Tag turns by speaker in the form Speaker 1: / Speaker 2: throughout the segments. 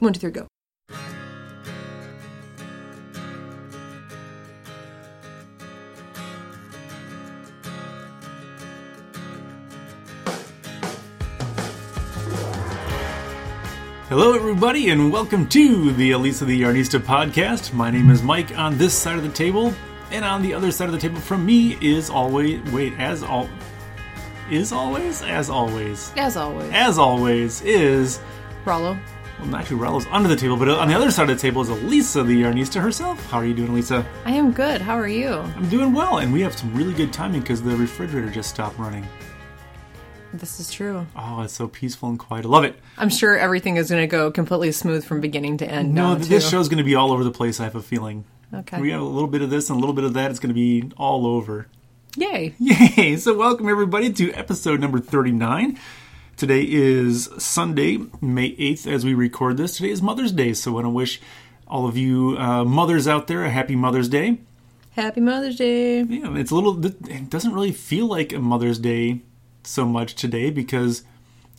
Speaker 1: One, two, three, go.
Speaker 2: Hello, everybody, and welcome to the Elisa the Yarnista podcast. My name is Mike on this side of the table, and on the other side of the table from me is always, wait, as all, is always, as always,
Speaker 1: As always,
Speaker 2: as always is,
Speaker 1: Rollo.
Speaker 2: well, not who Rollo's under the table, but on the other side of the table is Elisa the Yarnista herself. How are you doing, Elisa?
Speaker 1: I am good. How are you?
Speaker 2: I'm doing well, and we have some really good timing because the refrigerator just stopped running.
Speaker 1: This is true.
Speaker 2: Oh, it's so peaceful and quiet. I love it.
Speaker 1: I'm sure everything is going to go completely smooth from beginning to end.
Speaker 2: No,
Speaker 1: now,
Speaker 2: th- this
Speaker 1: too.
Speaker 2: show's going to be all over the place, I have a feeling.
Speaker 1: Okay.
Speaker 2: We got a little bit of this and a little bit of that. It's going to be all over.
Speaker 1: Yay.
Speaker 2: Yay! So, welcome everybody to episode number 39. Today is Sunday, May 8th, as we record this. Today is Mother's Day, so I want to wish all of you uh, mothers out there a happy Mother's Day.
Speaker 1: Happy Mother's Day.
Speaker 2: Yeah, it's a little, it doesn't really feel like a Mother's Day so much today because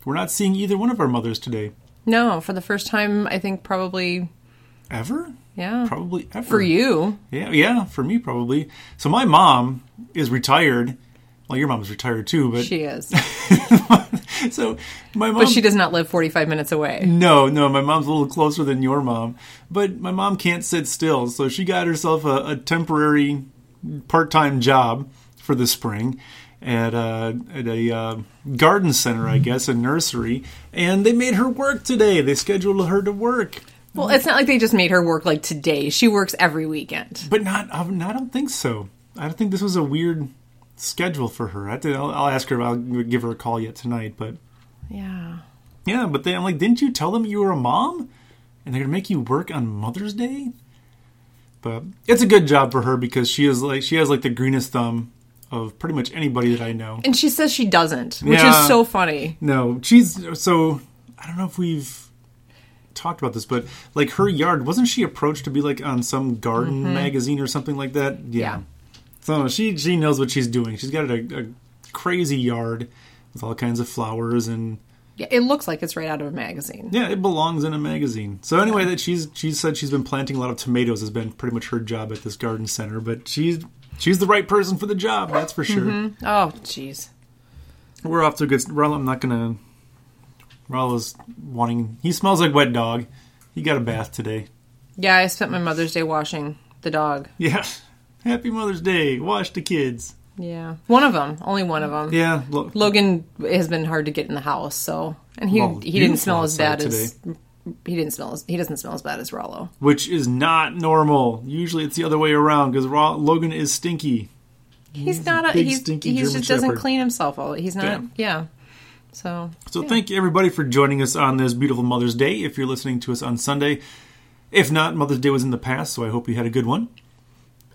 Speaker 2: we're not seeing either one of our mothers today.
Speaker 1: No, for the first time, I think probably,
Speaker 2: Ever?
Speaker 1: yeah.
Speaker 2: Probably ever.
Speaker 1: For you.
Speaker 2: Yeah, yeah, for me probably. So my mom is retired. Well, your mom's retired too, but
Speaker 1: She is.
Speaker 2: so my mom.
Speaker 1: But she does not live 45 minutes away.
Speaker 2: no, no, my mom's a little closer than your mom, but my mom can't sit still, so she got herself a, a temporary part-time job for the spring at a, at a uh, garden center,
Speaker 1: Mm-hmm.
Speaker 2: I guess, a nursery, and they made her work today. They scheduled her to work.
Speaker 1: Well, it's not like they just made her work like today. She works every weekend.
Speaker 2: But not, I don't I don't think so. I don't think this was a weird schedule for her. I think, I'll, I'll ask her. I'll give her a call yet tonight. But
Speaker 1: Yeah.
Speaker 2: yeah, but then I'm like, didn't you tell them you were a mom? And they're gonna make you work on Mother's Day. But it's a good job for her because she is like she has like the greenest thumb of pretty much anybody that I know.
Speaker 1: And she says she doesn't, which
Speaker 2: Yeah.
Speaker 1: is so funny.
Speaker 2: No, she's so I don't know if we've talked about this, but like her yard wasn't she approached to be like on some garden magazine or something like that?
Speaker 1: Yeah.
Speaker 2: So she she knows what she's doing. She's got a, a crazy yard with all kinds of flowers and
Speaker 1: Yeah, it looks like it's right out of a magazine.
Speaker 2: yeah, it belongs in a magazine. So anyway, that she's she said she's been planting a lot of tomatoes has been pretty much her job at this garden center, but she's she's the right person for the job, that's for sure.
Speaker 1: Oh, jeez.
Speaker 2: We're off to a good. Rollo, I'm not gonna. Rollo's wanting. He smells like wet dog. He got a bath today.
Speaker 1: Yeah, I spent my Mother's Day washing the dog.
Speaker 2: Yeah. Happy Mother's Day. Wash the kids.
Speaker 1: Yeah. One of them. Only one of them.
Speaker 2: Yeah. Look.
Speaker 1: Logan has been hard to get in the house, so and he
Speaker 2: Well,
Speaker 1: he didn't
Speaker 2: beautiful
Speaker 1: smell as bad
Speaker 2: outside
Speaker 1: as he didn't smell as he doesn't smell as bad as Rollo.
Speaker 2: Which is not normal. Usually it's the other way around because Logan is stinky.
Speaker 1: He's, not a
Speaker 2: big,
Speaker 1: he's,
Speaker 2: stinky
Speaker 1: he
Speaker 2: German
Speaker 1: just doesn't
Speaker 2: Shepherd.
Speaker 1: clean himself all. He's not
Speaker 2: Yeah.
Speaker 1: yeah. So
Speaker 2: So thank you everybody for joining us on this beautiful Mother's Day. If you're listening to us on Sunday, if not, Mother's Day was in the past, so I hope you had a good one.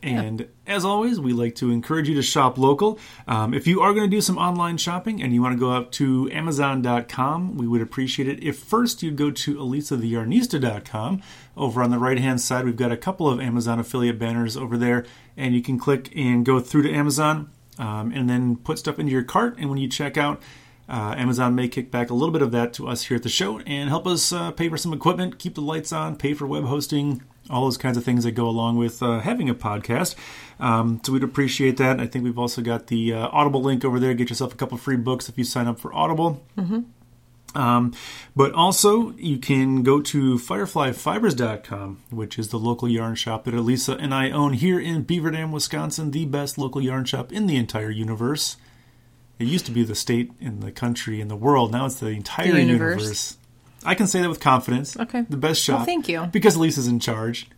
Speaker 2: And as always, we like to encourage you to shop local. Um, if you are going to do some online shopping and you want to go out to Amazon.com, we would appreciate it if first you go to ElisaTheYarnista.com. Over on the right hand side, we've got a couple of Amazon affiliate banners over there, and you can click and go through to Amazon um, and then put stuff into your cart. And when you check out, uh, Amazon may kick back a little bit of that to us here at the show and help us uh, pay for some equipment, keep the lights on, pay for web hosting, all those kinds of things that go along with uh, having a podcast. Um, so we'd appreciate that. I think we've also got the uh, Audible link over there. Get yourself a couple free books if you sign up for Audible. Um, but also, you can go to fireflyfibers.com, which is the local yarn shop that Elisa and I own here in Beaver Dam, Wisconsin, the best local yarn shop in the entire universe. It used to be the state and the country and the world. Now it's the entire
Speaker 1: The
Speaker 2: universe.
Speaker 1: universe.
Speaker 2: I can say that with confidence.
Speaker 1: Okay.
Speaker 2: The best shop.
Speaker 1: Well, thank you.
Speaker 2: Because Elisa's in charge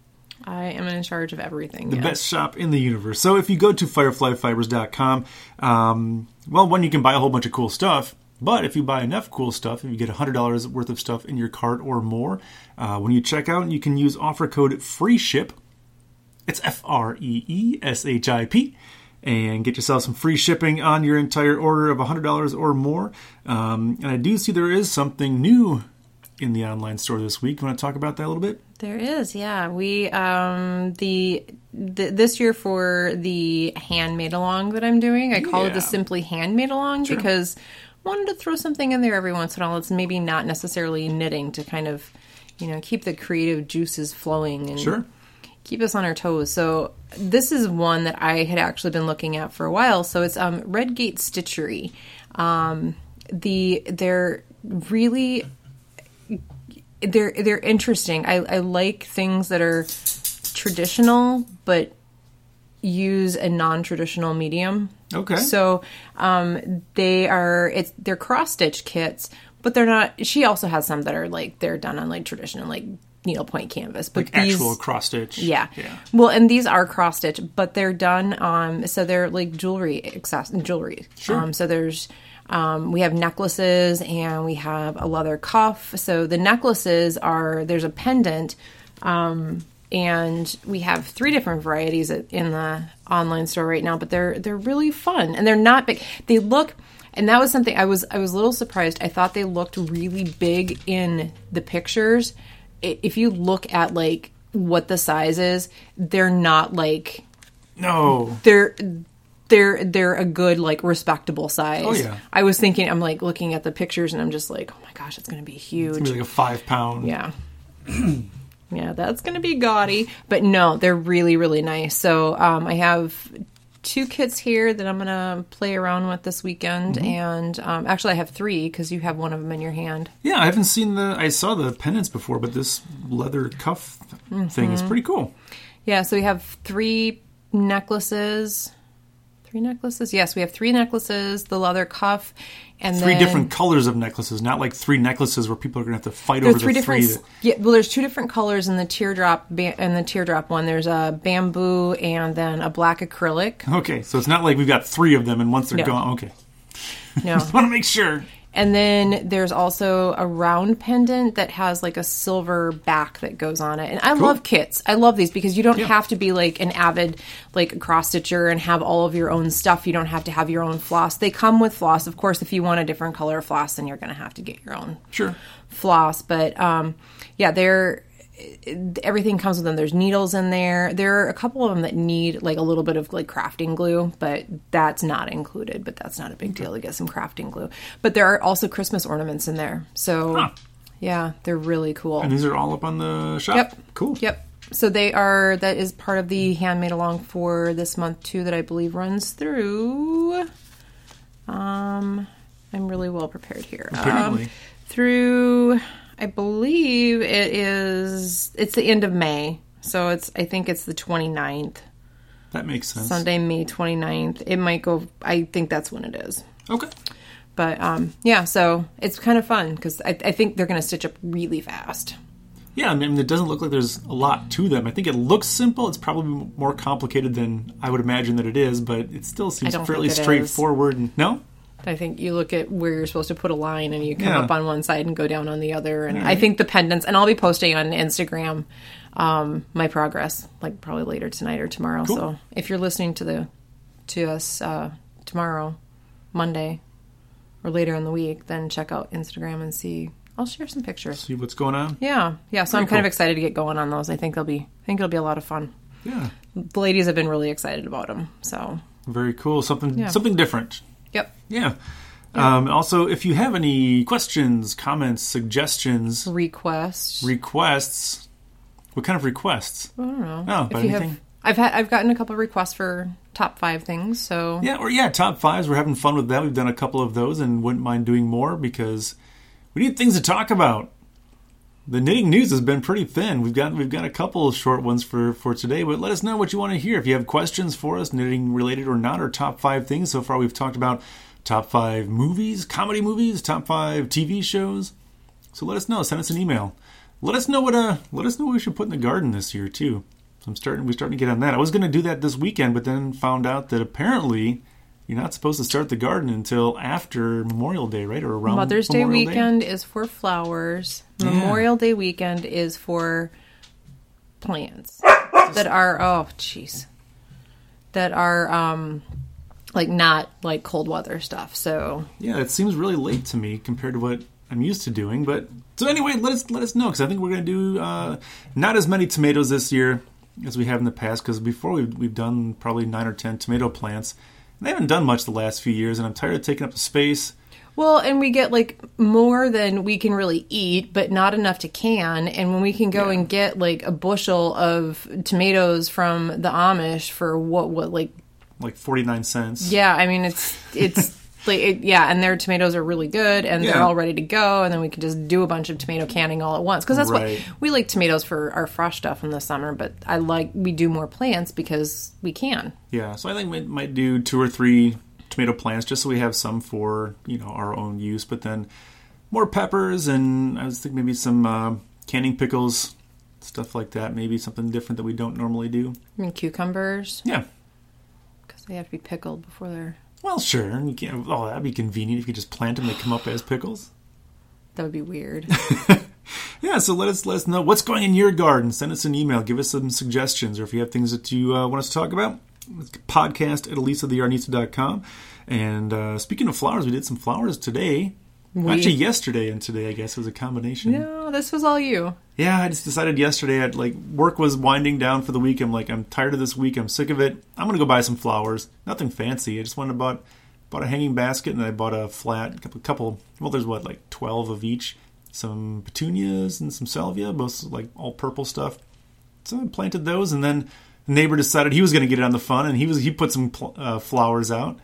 Speaker 1: I am in charge of everything.
Speaker 2: the best shop in the universe. So if you go to fireflyfibers.com, um, well, one, you can buy a whole bunch of cool stuff. But if you buy enough cool stuff, if you get $100 worth of stuff in your cart or more, uh, when you check out, you can use offer code FREESHIP. It's F R E E S H I P. And get yourself some free shipping on your entire order of $100 or more. Um, and I do see there is something new in the online store this week. You want to talk about that a little bit?
Speaker 1: There is, yeah. We um the, the this year for the handmade along that I'm doing, I call it
Speaker 2: Yeah.
Speaker 1: the simply handmade along because I wanted to throw something in there every once in a while. It's maybe not necessarily knitting to kind of you know keep the creative juices flowing and
Speaker 2: Sure.
Speaker 1: keep us on our toes. So this is one that I had actually been looking at for a while. So it's um, Redgate Stitchery. Um, the they're really they're they're interesting. I, I like things that are traditional but use a non-traditional medium.
Speaker 2: Okay.
Speaker 1: So um, they are it's they're cross stitch kits, but they're not. She also has some that are like they're done on like traditional like needlepoint canvas, but these
Speaker 2: Actual cross stitch.
Speaker 1: yeah.
Speaker 2: Yeah.
Speaker 1: Well, and these are cross stitch, but they're done. Um, so they're like jewelry access jewelry.
Speaker 2: Sure.
Speaker 1: Um, so there's, um, we have necklaces and we have a leather cuff. So the necklaces are there's a pendant, um, and we have three different varieties at- in the online store right now. But they're they're really fun and they're not big. They look. And that was something I was I was a little surprised. I thought they looked really big in the pictures, i- if you look at like what the size is, they're not like
Speaker 2: No.
Speaker 1: they're they're they're a good like respectable size.
Speaker 2: Oh, yeah.
Speaker 1: I was thinking I'm like looking at the pictures and I'm just like, oh my gosh, it's gonna be huge.
Speaker 2: Maybe like a five pound.
Speaker 1: Yeah. yeah, that's going to be gaudy. But no, they're really, really nice. So um, I have two kits here that I'm going to play around with this weekend.
Speaker 2: Mm-hmm.
Speaker 1: And um, actually, I have three because you have one of them in your hand.
Speaker 2: Yeah, I haven't seen the. I saw the pendants before, but this leather cuff thing
Speaker 1: Mm-hmm.
Speaker 2: is pretty cool.
Speaker 1: Yeah, so we have three necklaces. Three necklaces? Yes, we have three necklaces, the leather cuff, and
Speaker 2: Three
Speaker 1: then
Speaker 2: different colors of necklaces, not like three necklaces where people are going to have to fight
Speaker 1: there
Speaker 2: over
Speaker 1: are three
Speaker 2: the
Speaker 1: different.
Speaker 2: three.
Speaker 1: Yeah, well, there's two different colors in the teardrop ba- in the teardrop one. There's a bamboo and then a black acrylic.
Speaker 2: that- okay, so it's not like we've got three of them, and once they're
Speaker 1: No.
Speaker 2: gone, okay.
Speaker 1: No,
Speaker 2: Just want to make sure.
Speaker 1: And then there's also a round pendant that has like a silver back that goes on it. And I love kits. I love these because you don't have to be like an avid like cross stitcher and have all of your own stuff. You don't have to have your own floss. They come with floss. Of course, if you want a different color of floss, then you're going to have to get your own
Speaker 2: Sure.
Speaker 1: floss. But um, yeah, they're everything comes with them. There's needles in there. There are a couple of them that need like a little bit of like crafting glue, but that's not included. But that's not a big deal to get some crafting glue. But there are also Christmas ornaments in there. So
Speaker 2: Huh.
Speaker 1: yeah, they're really cool.
Speaker 2: And these are all up on the shop.
Speaker 1: Yep.
Speaker 2: Cool.
Speaker 1: Yep. So they are. That is part of the handmade along for this month too. That I believe runs through. Um, I'm really well prepared here. Um,
Speaker 2: Apparently.
Speaker 1: through, I believe it is. It's the end of May, so it's. I think it's the 29th.
Speaker 2: That makes sense.
Speaker 1: Sunday, May 29th. It might go. I think that's when it is.
Speaker 2: Okay.
Speaker 1: But um, yeah. So it's kind of fun because I, I think they're going to stitch up really fast.
Speaker 2: Yeah, I mean, it doesn't look like there's a lot to them. I think it looks simple. It's probably more complicated than I would imagine that it is, but it still seems
Speaker 1: don't
Speaker 2: fairly
Speaker 1: think it is.
Speaker 2: straightforward. And, no?
Speaker 1: I think you look at where you're supposed to put a line and you come
Speaker 2: Yeah.
Speaker 1: up on one side and go down on the other. And I think the pendants, and I'll be posting on Instagram um, my progress, like probably later tonight or tomorrow. So if you're listening to the to us uh, tomorrow, Monday, or later in the week, then check out Instagram and see. I'll share some pictures.
Speaker 2: See what's going on?
Speaker 1: Yeah, yeah. So I'm kind of
Speaker 2: cool.
Speaker 1: excited to get going on those. I think they'll be. I think it'll be a lot of fun.
Speaker 2: Yeah.
Speaker 1: The ladies have been really excited about them. So,
Speaker 2: Very cool. Something something different.
Speaker 1: yep.
Speaker 2: Yeah. Um, also, if you have any questions, comments, suggestions,
Speaker 1: Request.
Speaker 2: requests, what kind of requests?
Speaker 1: I don't know.
Speaker 2: Oh, but
Speaker 1: if you
Speaker 2: anything.
Speaker 1: have, I've had, I've gotten a couple requests for top five things. So
Speaker 2: Yeah, or yeah, top fives. We're having fun with that. We've done a couple of those and wouldn't mind doing more because we need things to talk about. The knitting news has been pretty thin. We've got we've got a couple of short ones for for today, but let us know what you want to hear. If you have questions for us, knitting related or not, or top five things. So far, we've talked about top five movies, comedy movies, top five TV shows. So let us know. Send us an email. Let us know what uh let us know what we should put in the garden this year too. So I'm starting we're starting to get on that. I was gonna do that this weekend, but then found out that apparently you're not supposed to start the garden until after Memorial Day, right? Or around
Speaker 1: Mother's Day
Speaker 2: um, Memorial
Speaker 1: weekend is for flowers. Memorial Day weekend is for plants that are oh jeez, that are um like not like cold weather stuff. So
Speaker 2: Yeah, it seems really late to me compared to what I'm used to doing. But so anyway, let us let us know because I think we're gonna do uh, not as many tomatoes this year as we have in the past. Because before we've we've done probably nine or ten tomato plants, and I haven't done much the last few years, and I'm tired of taking up the space.
Speaker 1: Well, and we get like more than we can really eat, but not enough to can. And when we can go and get like a bushel of tomatoes from the Amish for what, what, like,
Speaker 2: like 49 cents.
Speaker 1: yeah, I mean, it's, it's, Like it, yeah, and their tomatoes are really good, and they're
Speaker 2: Yeah.
Speaker 1: all ready to go, and then we can just do a bunch of tomato canning all at once because that's
Speaker 2: Right.
Speaker 1: what we like tomatoes for our fresh stuff in the summer. But I like we do more plants because we can.
Speaker 2: Yeah, so I think we might do two or three tomato plants just so we have some for you know our own use. But then more peppers and I was thinking maybe some uh, canning pickles, stuff like that. Maybe something different that we don't normally do.
Speaker 1: I mean, cucumbers
Speaker 2: Yeah.
Speaker 1: because they have to be pickled before they're.
Speaker 2: Well, sure. You can, oh, that'd be convenient if you just plant them. They come up as pickles.
Speaker 1: That would be weird.
Speaker 2: Yeah. So let us let us know what's going in your garden. Send us an email. Give us some suggestions, or if you have things that you uh, want us to talk about, podcast at elisathearnista.com. And uh, speaking of flowers, we did some flowers today. Actually, yesterday and today, I guess, was a combination.
Speaker 1: no, this was all you.
Speaker 2: Yeah, I just decided yesterday. I'd like work was winding down for the week. I'm like, I'm tired of this week. I'm sick of it. I'm gonna go buy some flowers. Nothing fancy. I just went and bought bought a hanging basket and I bought a flat couple. couple well, there's what like twelve of each. Some petunias and some salvia, both like all purple stuff. So I planted those, and then the neighbor decided he was gonna get in on the fun, and he was he put some pl- uh, flowers out.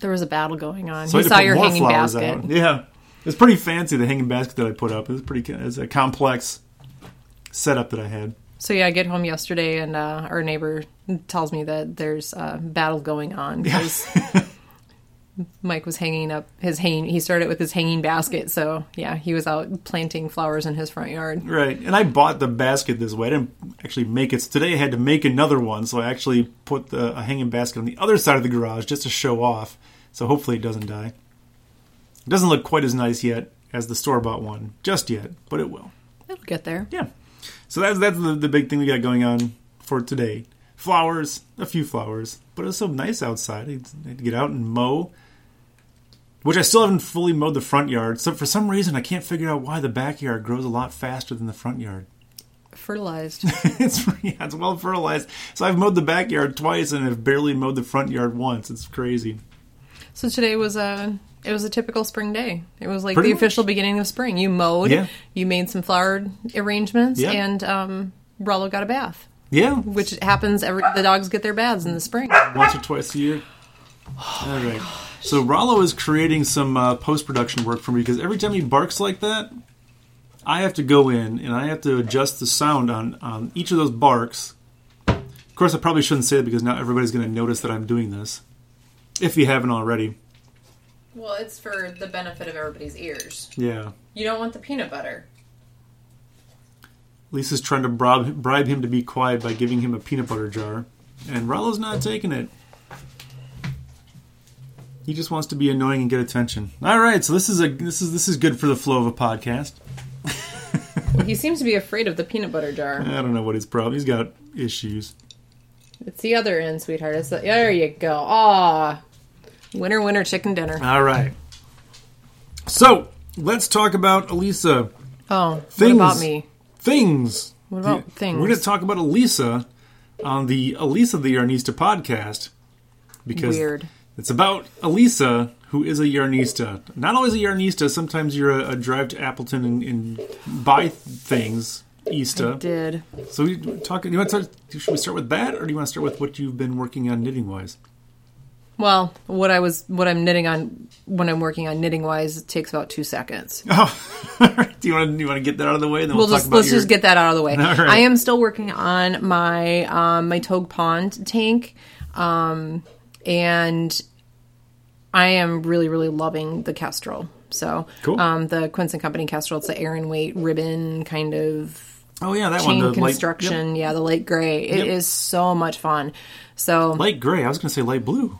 Speaker 1: There was a battle going on.
Speaker 2: So
Speaker 1: he
Speaker 2: I had to
Speaker 1: saw
Speaker 2: put
Speaker 1: your
Speaker 2: more
Speaker 1: hanging
Speaker 2: flowers
Speaker 1: basket.
Speaker 2: out. Yeah, it was pretty fancy. The hanging basket that I put up. It was pretty. It was a complex setup that I had.
Speaker 1: So yeah, I get home yesterday and uh, our neighbor tells me that there's a battle going on because Mike was hanging up his hanging. He started with his hanging basket, so yeah, he was out planting flowers in his front yard.
Speaker 2: Right, and I bought the basket this way. I didn't actually make it. So today I had to make another one, so I actually put the, a hanging basket on the other side of the garage just to show off. So hopefully it doesn't die. It doesn't look quite as nice yet as the store bought one, just yet, but it will.
Speaker 1: It'll get there.
Speaker 2: Yeah. So that's that's the, the big thing we got going on for today. Flowers, a few flowers, but it's so nice outside. I had to get out and mow, which I still haven't fully mowed the front yard. So for some reason, I can't figure out why the backyard grows a lot faster than the front yard.
Speaker 1: Fertilized.
Speaker 2: it's yeah, it's well fertilized. So I've mowed the backyard twice and have barely mowed the front yard once. It's crazy.
Speaker 1: so today was a it was a typical spring day. It was like
Speaker 2: Pretty
Speaker 1: the
Speaker 2: much.
Speaker 1: official beginning of spring. You mowed.
Speaker 2: Yeah.
Speaker 1: You made some flower arrangements,
Speaker 2: Yeah.
Speaker 1: and um, Rollo got a bath,
Speaker 2: Yeah,
Speaker 1: which happens every. The dogs get their baths in the spring.
Speaker 2: once or twice a year. All right. So Rollo is creating some uh, post production work for me because every time he barks like that, I have to go in and I have to adjust the sound on on each of those barks. Of course, I probably shouldn't say it because now everybody's going to notice that I'm doing this. If you haven't already,
Speaker 1: Well, it's for the benefit of everybody's ears.
Speaker 2: yeah.
Speaker 1: You don't want the peanut butter.
Speaker 2: Lisa's trying to bribe, bribe him to be quiet by giving him a peanut butter jar, and Rollo's not taking it. He just wants to be annoying and get attention. All right, so this is a this is this is good for the flow of a podcast.
Speaker 1: He seems to be afraid of the peanut butter jar.
Speaker 2: I don't know what his problem. He's got issues.
Speaker 1: It's the other end, sweetheart. It's the, there you go. Ah, winner, winner, chicken dinner.
Speaker 2: All right. So let's talk about Elisa
Speaker 1: Oh,
Speaker 2: Things.
Speaker 1: what about me?
Speaker 2: things.
Speaker 1: What about things?
Speaker 2: We're going to talk about Elisa on the Elisa the Yarnista podcast because
Speaker 1: Weird.
Speaker 2: It's about Elisa, who is a yarnista. Not always a yarnista. Sometimes you're a, a drive to Appleton and, and buy things. Easta.
Speaker 1: Did
Speaker 2: So we talking. You want to start, should we start with that, or do you want to start with what you've been working on knitting wise?
Speaker 1: well. What I was, what I'm knitting on when I'm working on knitting wise it takes about two seconds.
Speaker 2: Oh, do you want to you want to get that out of the way? And then we'll,
Speaker 1: we'll
Speaker 2: talk
Speaker 1: just
Speaker 2: about
Speaker 1: let's
Speaker 2: your,
Speaker 1: just get that out of the way.
Speaker 2: right.
Speaker 1: I am still working on my um, my Togue Pond tank, um, and I am really really loving the Kestrel. So
Speaker 2: Cool.
Speaker 1: um, the Quince and Company Kestrel. It's the Aaron Weight ribbon kind of
Speaker 2: Oh yeah, that
Speaker 1: chain
Speaker 2: one. The light- yep,
Speaker 1: construction. Yeah, the light gray. It is
Speaker 2: Yep.
Speaker 1: so much fun. So
Speaker 2: light, gray. I was going to say light blue.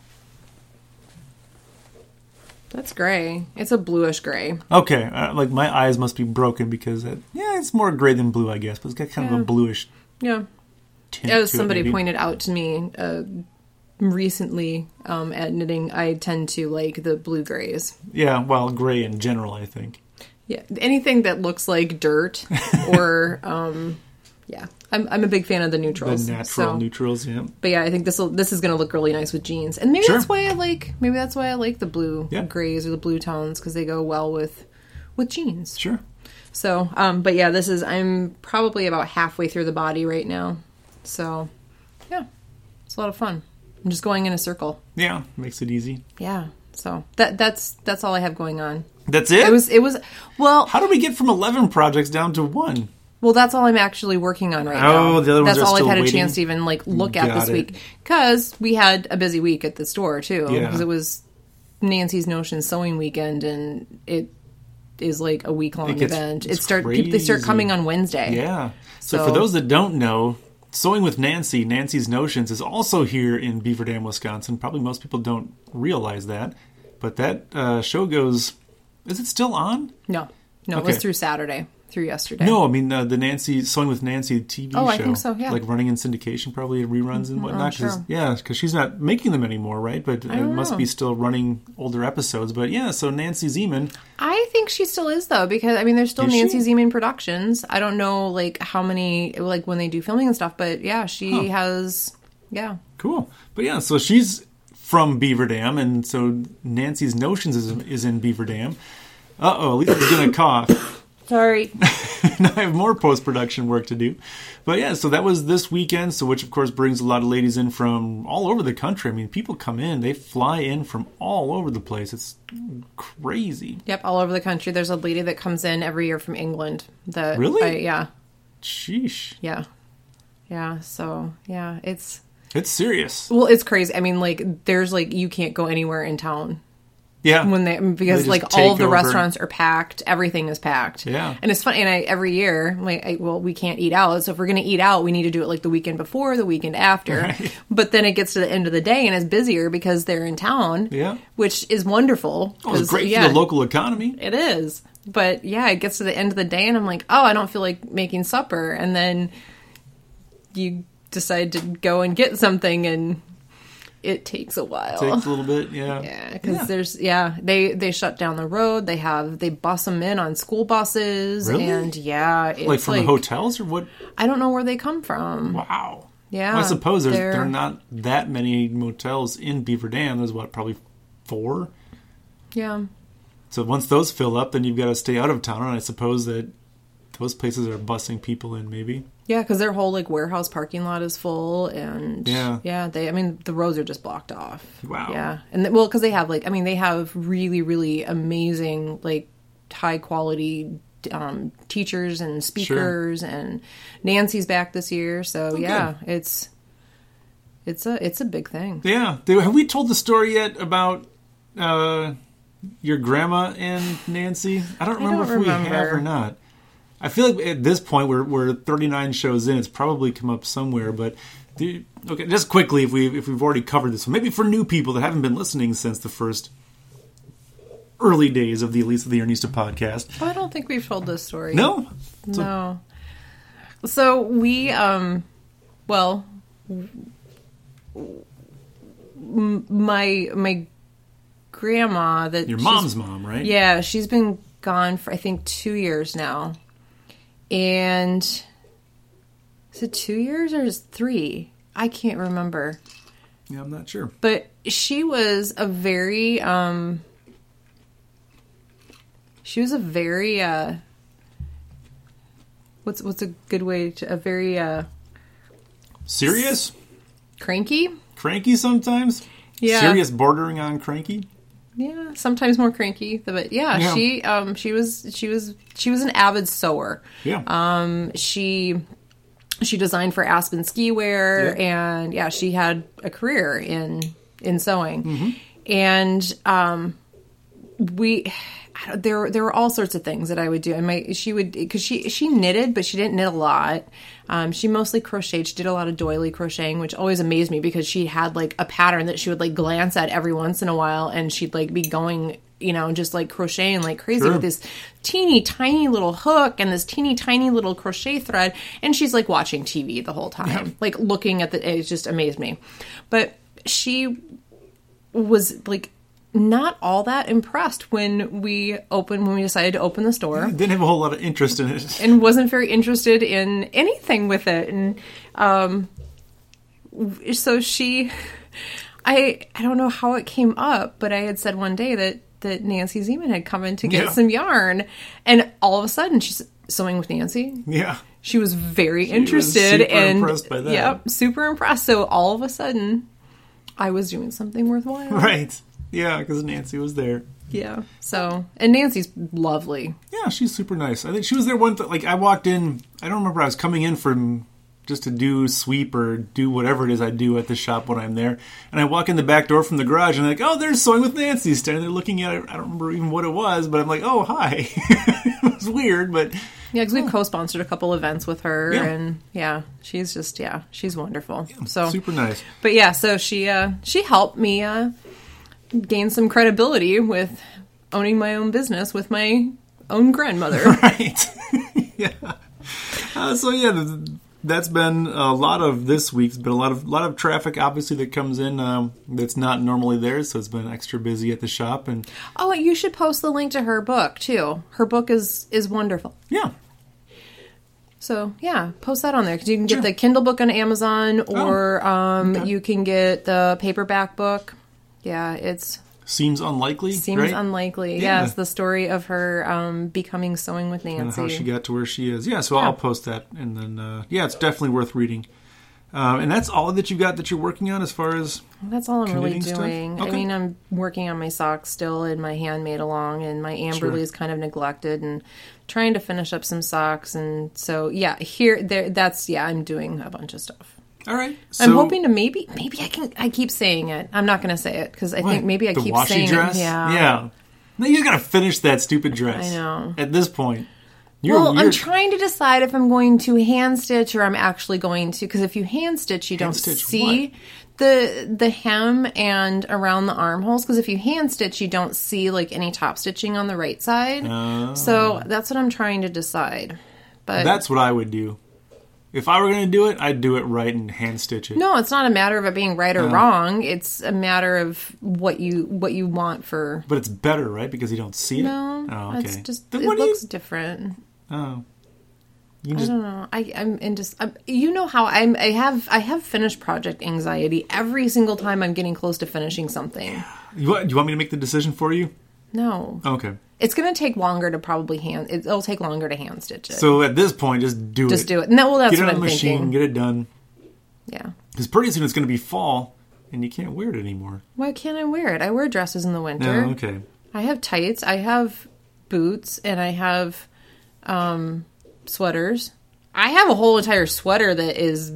Speaker 1: that's gray. It's a bluish gray.
Speaker 2: Okay, uh, like my eyes must be broken because it, yeah, it's more gray than blue, I guess, but it's got kind of a bluish
Speaker 1: Yeah.
Speaker 2: tint.
Speaker 1: as
Speaker 2: to it,
Speaker 1: Oh, somebody
Speaker 2: maybe.
Speaker 1: pointed out to me uh, recently um, at knitting, I tend to like the blue grays.
Speaker 2: Yeah, well, gray in general, I think.
Speaker 1: Yeah, anything that looks like dirt or um, Yeah, I'm, I'm a big fan of the
Speaker 2: The
Speaker 1: neutrals.
Speaker 2: natural
Speaker 1: so-
Speaker 2: neutrals, yeah.
Speaker 1: But yeah, I think this will this is going to look really nice with jeans, and maybe
Speaker 2: Sure.
Speaker 1: that's why I like maybe that's why I like the blue
Speaker 2: Yeah.
Speaker 1: grays or the blue tones because they go well with with jeans.
Speaker 2: Sure.
Speaker 1: So, um, but yeah, this is I'm probably about halfway through the body right now, so yeah, it's a lot of fun. I'm just going in a circle.
Speaker 2: Yeah, makes it easy.
Speaker 1: Yeah, so that that's that's all I have going on.
Speaker 2: That's it?
Speaker 1: It was it was well
Speaker 2: How do we get from 11 projects down to one?
Speaker 1: Well, that's all I'm actually working on right now.
Speaker 2: Oh, the other ones
Speaker 1: That's
Speaker 2: are
Speaker 1: all
Speaker 2: still
Speaker 1: I've had a
Speaker 2: waiting?
Speaker 1: chance to even like look at
Speaker 2: Got
Speaker 1: this
Speaker 2: it.
Speaker 1: week because we had a busy week at the store too
Speaker 2: Yeah.
Speaker 1: because it was Nancy's Notion sewing weekend and it is like a week long
Speaker 2: It gets-
Speaker 1: event. It
Speaker 2: it's
Speaker 1: start people, they start
Speaker 2: crazy.
Speaker 1: coming on Wednesday.
Speaker 2: Yeah. So,
Speaker 1: Eh. So-
Speaker 2: for those that don't know, Sewing with Nancy, Nancy's Notions, is also here in Beaver Dam, Wisconsin. Probably most people don't realize that, but that uh, show goes. Is it still on?
Speaker 1: No, no, it was
Speaker 2: Okay.
Speaker 1: through Saturday, through yesterday.
Speaker 2: No, I mean uh, the Nancy Sewing with Nancy TV
Speaker 1: Oh,
Speaker 2: show.
Speaker 1: I think so, yeah. Mm-hmm. Oh,
Speaker 2: Like running in syndication, probably reruns and whatnot. 'cause-
Speaker 1: sure. Oh.
Speaker 2: Yeah, because she's not making them anymore, right? But it must be still running older episodes. But yeah, so Nancy Zeman.
Speaker 1: I think she still is though because I mean there's still
Speaker 2: Is she?
Speaker 1: Nancy Zeman Productions. I don't know like how many like when they do filming and stuff, but yeah, she has yeah.
Speaker 2: Cool. But yeah, so she's from Beaver Dam, and so Nancy's Notions is, is in Beaver Dam. Uh oh, Lisa's gonna cough.
Speaker 1: Sorry.
Speaker 2: And I have more post production work to do. But yeah, so that was this weekend, so which of course brings a lot of ladies in from all over the country. I mean, people come in, they fly in from all over the place. It's crazy.
Speaker 1: Yep, all over the country. There's a lady that comes in every year from England. That
Speaker 2: Really?
Speaker 1: I- yeah,
Speaker 2: Sheesh.
Speaker 1: yeah, yeah. So yeah, it's
Speaker 2: It's serious.
Speaker 1: well, it's crazy. I mean, like, there's like you can't go anywhere in town
Speaker 2: Yeah.
Speaker 1: when they because
Speaker 2: just
Speaker 1: like all of
Speaker 2: take
Speaker 1: the
Speaker 2: over.
Speaker 1: restaurants are packed. Everything is packed.
Speaker 2: Yeah.
Speaker 1: and it's funny. And I every year, I'm like, I, well, we can't eat out. So if we're gonna eat out, we need to do it like the weekend before, the weekend after. But then it gets to the end of the day and it's busier because they're in town.
Speaker 2: Yeah.
Speaker 1: which is wonderful.
Speaker 2: Oh, it's
Speaker 1: 'cause,
Speaker 2: great for the local economy.
Speaker 1: It is. But yeah, it gets to the end of the day and I'm like, oh, I don't feel like making supper. And then you decide to go and get something and it takes a while.
Speaker 2: Takes a little bit, yeah.
Speaker 1: yeah, because there's yeah they they shut down the road. They have they bus them in on school buses
Speaker 2: Really?
Speaker 1: and yeah, it's
Speaker 2: Like from the hotels or what?
Speaker 1: I don't know where they come from.
Speaker 2: Wow.
Speaker 1: Yeah,
Speaker 2: Well, I suppose there's,
Speaker 1: they're-
Speaker 2: there are not that many motels in Beaver Dam. There's what, probably four?
Speaker 1: Yeah,
Speaker 2: So once those fill up, then you've got to stay out of town. And I suppose that those places are busing people in, maybe.
Speaker 1: yeah, because their whole like warehouse parking lot is full and
Speaker 2: Yeah.
Speaker 1: they I mean the roads are just blocked off.
Speaker 2: Wow.
Speaker 1: Yeah, and th- well, because they have like I mean they have really really amazing like high quality um, teachers and speakers and Nancy's back this year,
Speaker 2: Oh,
Speaker 1: so yeah, it's it's a it's a big thing.
Speaker 2: Yeah. They, have we told the story yet about uh, your grandma and Nancy? I don't remember
Speaker 1: don't
Speaker 2: if we have
Speaker 1: remember.
Speaker 2: or not. I feel like at this point we're we're 39 shows in. It's probably come up somewhere, but the, okay, just quickly if we if we've already covered this one, maybe for new people that haven't been listening since the first early days of the Elise of the Ernista podcast.
Speaker 1: I don't think we've told this story.
Speaker 2: No, So-
Speaker 1: no. So we um, well, m- my my grandma that
Speaker 2: your
Speaker 1: she's-
Speaker 2: mom's mom, right?
Speaker 1: Yeah, she's been gone for I think two years now, and is it two years or is it three? I can't remember.
Speaker 2: yeah, I'm not sure.
Speaker 1: But she was a very um, she was a very uh, what's what's a good way to a very uh
Speaker 2: Serious,
Speaker 1: cranky.
Speaker 2: cranky sometimes.
Speaker 1: Yeah.
Speaker 2: Serious, bordering on cranky.
Speaker 1: Yeah, sometimes more cranky, but yeah,
Speaker 2: Yeah.
Speaker 1: she um she was she was she was an avid sewer.
Speaker 2: Yeah.
Speaker 1: Um, she she designed for Aspen Skiwear, and yeah, she had a career in in sewing, and um, we I don't- there there were all sorts of things that I would do, and my she would because she she knitted, but she didn't knit a lot. Um, she mostly crocheted. She did a lot of doily crocheting, which always amazed me because she had like a pattern that she would like glance at every once in a while, and she'd like be going. You know, just like crocheting like crazy
Speaker 2: Sure.
Speaker 1: with this teeny tiny little hook and this teeny tiny little crochet thread. And she's like watching TV the whole time, like looking at the, it just amazed me. But she was like not all that impressed when we opened when we decided to open the store
Speaker 2: Didn't have a whole lot of interest in it.
Speaker 1: and wasn't very interested in anything with it and um w- so she i i don't know how it came up but i had said one day that that nancy zeman had come in to get
Speaker 2: Yeah.
Speaker 1: some yarn and all of a sudden she's sewing with nancy
Speaker 2: Yeah.
Speaker 1: she was very interested
Speaker 2: super
Speaker 1: and
Speaker 2: impressed by that.
Speaker 1: yep super impressed so all of a sudden i was doing something worthwhile
Speaker 2: Right. Yeah, because Nancy was there.
Speaker 1: yeah so and nancy's lovely
Speaker 2: Yeah, she's super nice. I think she was there one th- like I walked in. I don't remember I was coming in from just to do sweep or do whatever it is I do at the shop when I'm there. And I walk in the back door from the garage and I'm like, oh, there's sewing with Nancy standing there looking at it. I don't remember even what it was, but I'm like, oh, hi. it was weird, but
Speaker 1: Yeah, because we've co-sponsored a couple events with her,
Speaker 2: Oh. Yeah.
Speaker 1: and yeah, she's just yeah, she's wonderful. so,
Speaker 2: super nice.
Speaker 1: but yeah, so she uh, she helped me uh, gain some credibility with owning my own business with my own grandmother.
Speaker 2: right. yeah. Uh, so yeah, th- that's been a lot of this week's been a lot of lot of traffic obviously that comes in um, that's not normally there, so it's been extra busy at the shop and
Speaker 1: oh, and you should post the link to her book too. Her book is is wonderful.
Speaker 2: yeah.
Speaker 1: So yeah, post that on there because you can get the Kindle book on Amazon,
Speaker 2: Oh,
Speaker 1: or um, you can get the paperback book. Yeah, it's
Speaker 2: Seems unlikely.
Speaker 1: Seems
Speaker 2: right?
Speaker 1: unlikely.
Speaker 2: Yeah.
Speaker 1: Yeah. it's the story of her um, becoming sewing with
Speaker 2: And
Speaker 1: Nancy.
Speaker 2: how she got to where she is. Yeah, so I'll post that and then uh, yeah, it's definitely worth reading. Um, and that's all that you got that you're working on as far as
Speaker 1: That's all I'm really
Speaker 2: Knitting stuff?
Speaker 1: doing.
Speaker 2: Okay.
Speaker 1: I mean, I'm working on my socks still and my handmade along, and my Amberley
Speaker 2: Sure.
Speaker 1: is kind of neglected and trying to finish up some socks. And so, yeah, here, there, that's, yeah, I'm doing a bunch of stuff.
Speaker 2: all right.
Speaker 1: I'm
Speaker 2: so-
Speaker 1: hoping to maybe, maybe I can, I keep saying it. I'm not going to say it because I
Speaker 2: What?
Speaker 1: think maybe I
Speaker 2: the
Speaker 1: keep
Speaker 2: washi
Speaker 1: saying
Speaker 2: dress?
Speaker 1: it. Yeah.
Speaker 2: Yeah. No, you gotta finish that stupid dress.
Speaker 1: I know.
Speaker 2: At this point. You're
Speaker 1: Well, I'm
Speaker 2: weird.
Speaker 1: trying to decide if I'm going to hand stitch or I'm actually going to because if you hand stitch, you don't
Speaker 2: stitch
Speaker 1: see the the hem and around the armholes. Because if you hand stitch, you don't see like any top stitching on the right side.
Speaker 2: Oh.
Speaker 1: So that's what I'm trying to decide. But
Speaker 2: That's what I would do. If I were going to do it, I'd do it right and hand stitch it.
Speaker 1: no, it's not a matter of it being right or wrong. It's a matter of what you what you want for.
Speaker 2: But it's better, right? Because you don't see
Speaker 1: No,
Speaker 2: it. Oh, okay.
Speaker 1: it's just
Speaker 2: Then
Speaker 1: it
Speaker 2: what do
Speaker 1: looks different.
Speaker 2: you, oh. You just,
Speaker 1: I don't know. I, I'm in just. I'm, you know how I'm. I have. I have finished project anxiety every single time I'm getting close to finishing something.
Speaker 2: you, want, you want me to make the decision for you?
Speaker 1: No,
Speaker 2: Okay.
Speaker 1: it's going to take longer to probably hand. It, it'll take longer to hand stitch it.
Speaker 2: So at this point, just do
Speaker 1: Uh, just
Speaker 2: it.
Speaker 1: do it. No, well, that's
Speaker 2: Get it
Speaker 1: what
Speaker 2: on
Speaker 1: I'm
Speaker 2: the machine,
Speaker 1: thinking.
Speaker 2: get it done.
Speaker 1: Yeah.
Speaker 2: Because pretty soon it's going to be fall, and you can't wear it anymore.
Speaker 1: Why can't I wear it? I wear dresses in the winter.
Speaker 2: Oh, okay.
Speaker 1: I have tights. I have boots, and I have um, sweaters. I have a whole entire sweater that is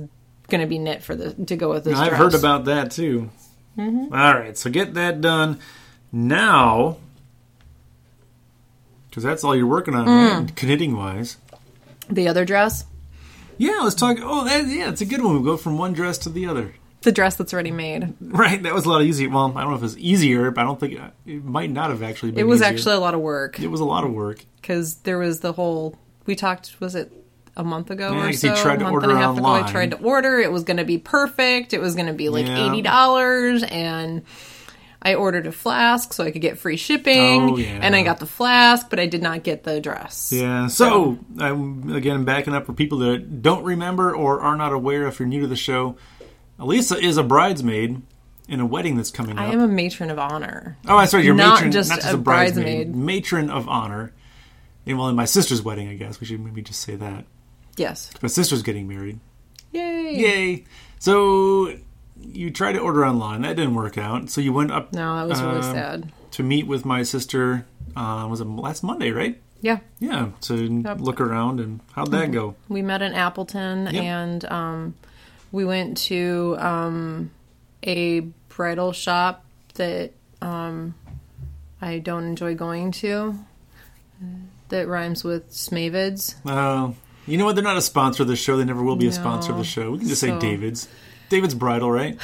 Speaker 1: going to be knit for the to go with this.
Speaker 2: I've
Speaker 1: dress.
Speaker 2: heard about that too.
Speaker 1: Mm-hmm.
Speaker 2: All right, so get that done now, because that's all you're working on,
Speaker 1: Mm.
Speaker 2: right? knitting wise.
Speaker 1: the other dress,
Speaker 2: Yeah, let's talk. Oh, that, yeah, it's a good one. We go from one dress to the other.
Speaker 1: the dress that's already made.
Speaker 2: Right, that was a lot easier. Well, I don't know if it was easier, but I don't think uh, it might not have actually been.
Speaker 1: It was
Speaker 2: easier.
Speaker 1: actually a lot of work
Speaker 2: It was a lot of work.
Speaker 1: because there was the whole we talked was it a month ago
Speaker 2: Yeah,
Speaker 1: or
Speaker 2: 'cause
Speaker 1: so
Speaker 2: you Mm, tried
Speaker 1: a
Speaker 2: to
Speaker 1: month
Speaker 2: order
Speaker 1: and a half ago
Speaker 2: online.
Speaker 1: I tried to order it was going to be perfect it was going to be like
Speaker 2: Yeah.
Speaker 1: eighty dollars and I ordered a flask so I could get free shipping
Speaker 2: Oh, yeah.
Speaker 1: and I got the flask but I did not get the dress
Speaker 2: Yeah. So I'm again backing up for people that don't remember or are not aware. If you're new to the show, Elisa is a bridesmaid in a wedding that's coming up.
Speaker 1: I am a matron of honor
Speaker 2: Oh, that's right. You're
Speaker 1: Not
Speaker 2: matron,
Speaker 1: just
Speaker 2: not just
Speaker 1: a
Speaker 2: a bridesmaid,
Speaker 1: bridesmaid.
Speaker 2: matron of honor. And well, in my sister's wedding, I guess we should maybe just say that.
Speaker 1: yes
Speaker 2: My sister's getting married.
Speaker 1: yay
Speaker 2: Yay! So you tried to order online. That didn't work out. So you went up.
Speaker 1: no that was really
Speaker 2: um,
Speaker 1: sad
Speaker 2: To meet with my sister uh, was it last Monday, right?
Speaker 1: yeah
Speaker 2: Yeah. To look around and how'd that go?
Speaker 1: We met in Appleton
Speaker 2: Yep.
Speaker 1: and um, we went to um, a bridal shop that um, I don't enjoy going to that rhymes with Smavids.
Speaker 2: Uh, you know what? They're not a sponsor of the show. They never will be a sponsor of the
Speaker 1: No.
Speaker 2: show. We can just say
Speaker 1: So-
Speaker 2: David's. David's bridal, right?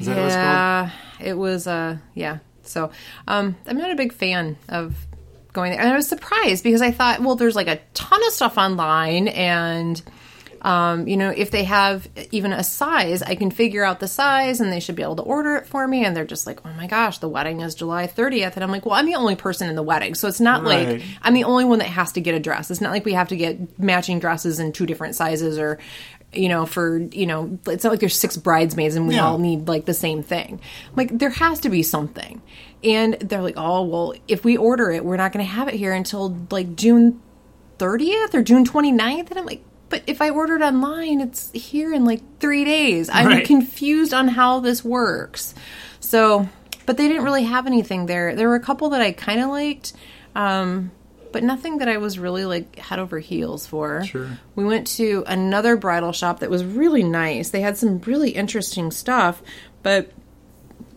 Speaker 2: Is that what it's called?
Speaker 1: yeah, it was, uh, yeah. So um, I'm not a big fan of going there. And I was surprised because I thought, well, there's like a ton of stuff online and Um, you know, if they have even a size, I can figure out the size and they should be able to order it for me. And they're just like, oh my gosh, the wedding is July 30th. And I'm like, well, I'm the only person in the wedding. So it's not
Speaker 2: Right.
Speaker 1: like I'm the only one that has to get a dress. It's not like we have to get matching dresses in two different sizes or, you know, for, you know, it's not like there's six bridesmaids and we
Speaker 2: Yeah.
Speaker 1: all need like the same thing. Like there has to be something. And they're like, oh, well, if we order it, we're not going to have it here until like June 30th or June 29th. And I'm like, but if I ordered online, it's here in like three days. I'm
Speaker 2: Right.
Speaker 1: confused on how this works. So, but they didn't really have anything there. There were a couple that I kind of liked, um, but nothing that I was really like head over heels for.
Speaker 2: Sure.
Speaker 1: We went to another bridal shop that was really nice. They had some really interesting stuff, but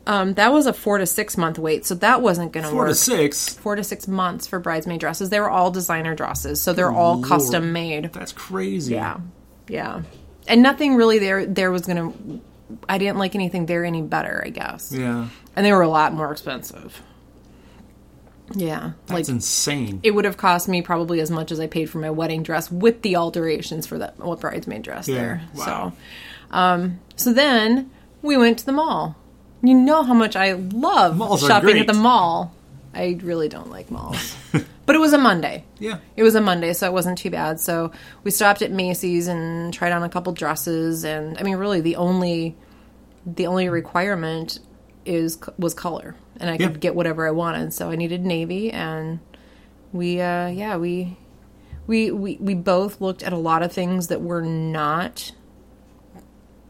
Speaker 1: um, that was a four to six month wait, so that wasn't going to
Speaker 2: Four
Speaker 1: work
Speaker 2: to six.
Speaker 1: four to six months for bridesmaid dresses. They were all designer dresses, so they're all
Speaker 2: Lord.
Speaker 1: custom made.
Speaker 2: That's crazy.
Speaker 1: Yeah, yeah, and nothing really there. There was gonna. I didn't like anything there any better, I guess.
Speaker 2: Yeah.
Speaker 1: And they were a lot more expensive. Yeah, like
Speaker 2: That's insane.
Speaker 1: it would have cost me probably as much as I paid for my wedding dress with the alterations for that what bridesmaid dress
Speaker 2: Yeah,
Speaker 1: there.
Speaker 2: wow.
Speaker 1: So, um, so then we went to the mall. You know how much I love
Speaker 2: Malls are
Speaker 1: shopping
Speaker 2: great.
Speaker 1: at the mall. I really don't like malls, but it was a Monday.
Speaker 2: yeah.
Speaker 1: It was a Monday, so it wasn't too bad. So we stopped at Macy's and tried on a couple dresses, and I mean, really, the only the only requirement is was color, and I
Speaker 2: Yeah.
Speaker 1: could get whatever I wanted. So I needed navy, and we, uh, yeah, we, we, we, we both looked at a lot of things that were not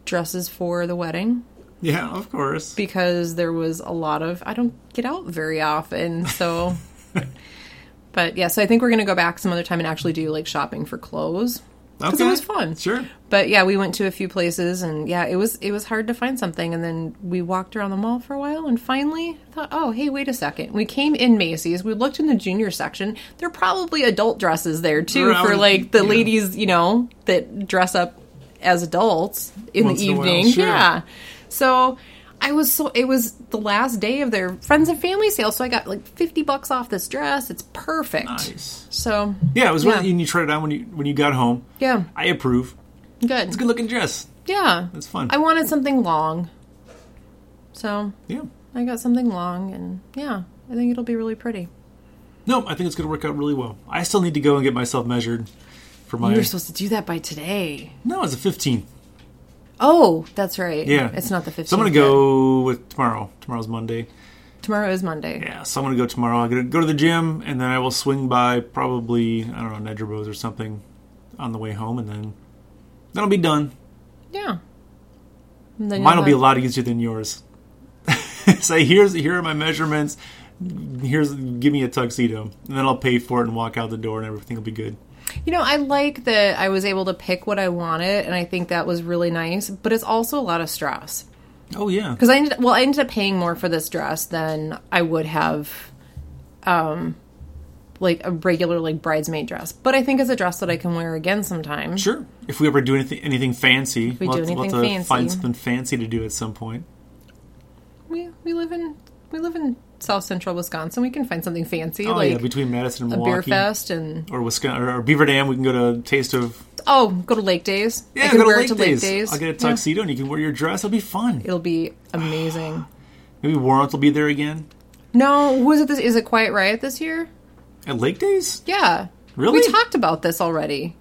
Speaker 1: dresses for the wedding
Speaker 2: Yeah, of course.
Speaker 1: because there was a lot of I don't get out very often, so but yeah, so I think we're gonna go back some other time and actually do like shopping for clothes. Because
Speaker 2: Okay.
Speaker 1: it was fun.
Speaker 2: Sure.
Speaker 1: But yeah, we went to a few places and yeah, it was it was hard to find something and then we walked around the mall for a while and finally thought, oh hey, wait a second. We came in Macy's, we looked in the junior section. There are probably adult dresses there too
Speaker 2: Around-
Speaker 1: for like the
Speaker 2: yeah.
Speaker 1: ladies, you know, that dress up as adults in
Speaker 2: Once
Speaker 1: the
Speaker 2: in a while,
Speaker 1: evening.
Speaker 2: sure.
Speaker 1: Yeah. So I was so it was the last day of their friends and family sale, so I got like fifty bucks off this dress. It's perfect.
Speaker 2: Nice.
Speaker 1: So
Speaker 2: Yeah, it was
Speaker 1: Yeah.
Speaker 2: really and you tried it on when you when you got home.
Speaker 1: yeah,
Speaker 2: I approve.
Speaker 1: good.
Speaker 2: Good looking dress.
Speaker 1: Yeah,
Speaker 2: That's fun.
Speaker 1: I wanted something long, so
Speaker 2: yeah.
Speaker 1: I got something long, and yeah, I think it'll be really pretty.
Speaker 2: No, I think it's going to work out really well. I still need to go and get myself measured for my.
Speaker 1: You were supposed to do that by today.
Speaker 2: no, it's a 15.
Speaker 1: Oh, that's right.
Speaker 2: Yeah.
Speaker 1: it's not the fifteenth.
Speaker 2: So I'm going to go with tomorrow. Tomorrow's Monday.
Speaker 1: Tomorrow is Monday.
Speaker 2: Yeah, so I'm going to go tomorrow. I'm going to go to the gym, and then I will swing by probably, I don't know, Nedrobos or something on the way home, and then that'll be done.
Speaker 1: Yeah. And then
Speaker 2: Mine
Speaker 1: you'll
Speaker 2: will be a
Speaker 1: have-
Speaker 2: lot easier than yours. Say, here's here are my measurements. Here's give me a tuxedo, and then I'll pay for it and walk out the door, and everything will be good.
Speaker 1: You know, I like that I was able to pick what I wanted, and I think that was really nice. But it's also a lot of stress
Speaker 2: Oh yeah,
Speaker 1: because I ended well, I ended up paying more for this dress than I would have, um, like a regular like bridesmaid dress. But I think it's a dress that I can wear again sometime.
Speaker 2: Sure. If we ever do anything anything fancy,
Speaker 1: we
Speaker 2: we'll,
Speaker 1: do
Speaker 2: have to- we'll have
Speaker 1: anything
Speaker 2: to find
Speaker 1: fancy.
Speaker 2: something fancy to do at some point.
Speaker 1: We we live in we live in South Central Wisconsin. We can find something fancy
Speaker 2: Oh yeah,
Speaker 1: like
Speaker 2: between Madison and
Speaker 1: a beer
Speaker 2: Milwaukee,
Speaker 1: fest and
Speaker 2: or Wisconsin, or Beaver Dam, we can go to Taste of.
Speaker 1: oh, go to Lake Days.
Speaker 2: Yeah,
Speaker 1: I can
Speaker 2: go to
Speaker 1: wear
Speaker 2: Lake,
Speaker 1: it to
Speaker 2: days.
Speaker 1: Lake Days.
Speaker 2: I'll get a
Speaker 1: Yeah.
Speaker 2: tuxedo, and you can wear your dress. It'll be fun.
Speaker 1: It'll be amazing.
Speaker 2: Maybe Warrant will be there again
Speaker 1: no, who is it? This is it Quiet Riot this year?
Speaker 2: at Lake Days.
Speaker 1: Yeah.
Speaker 2: Really?
Speaker 1: We talked about this already.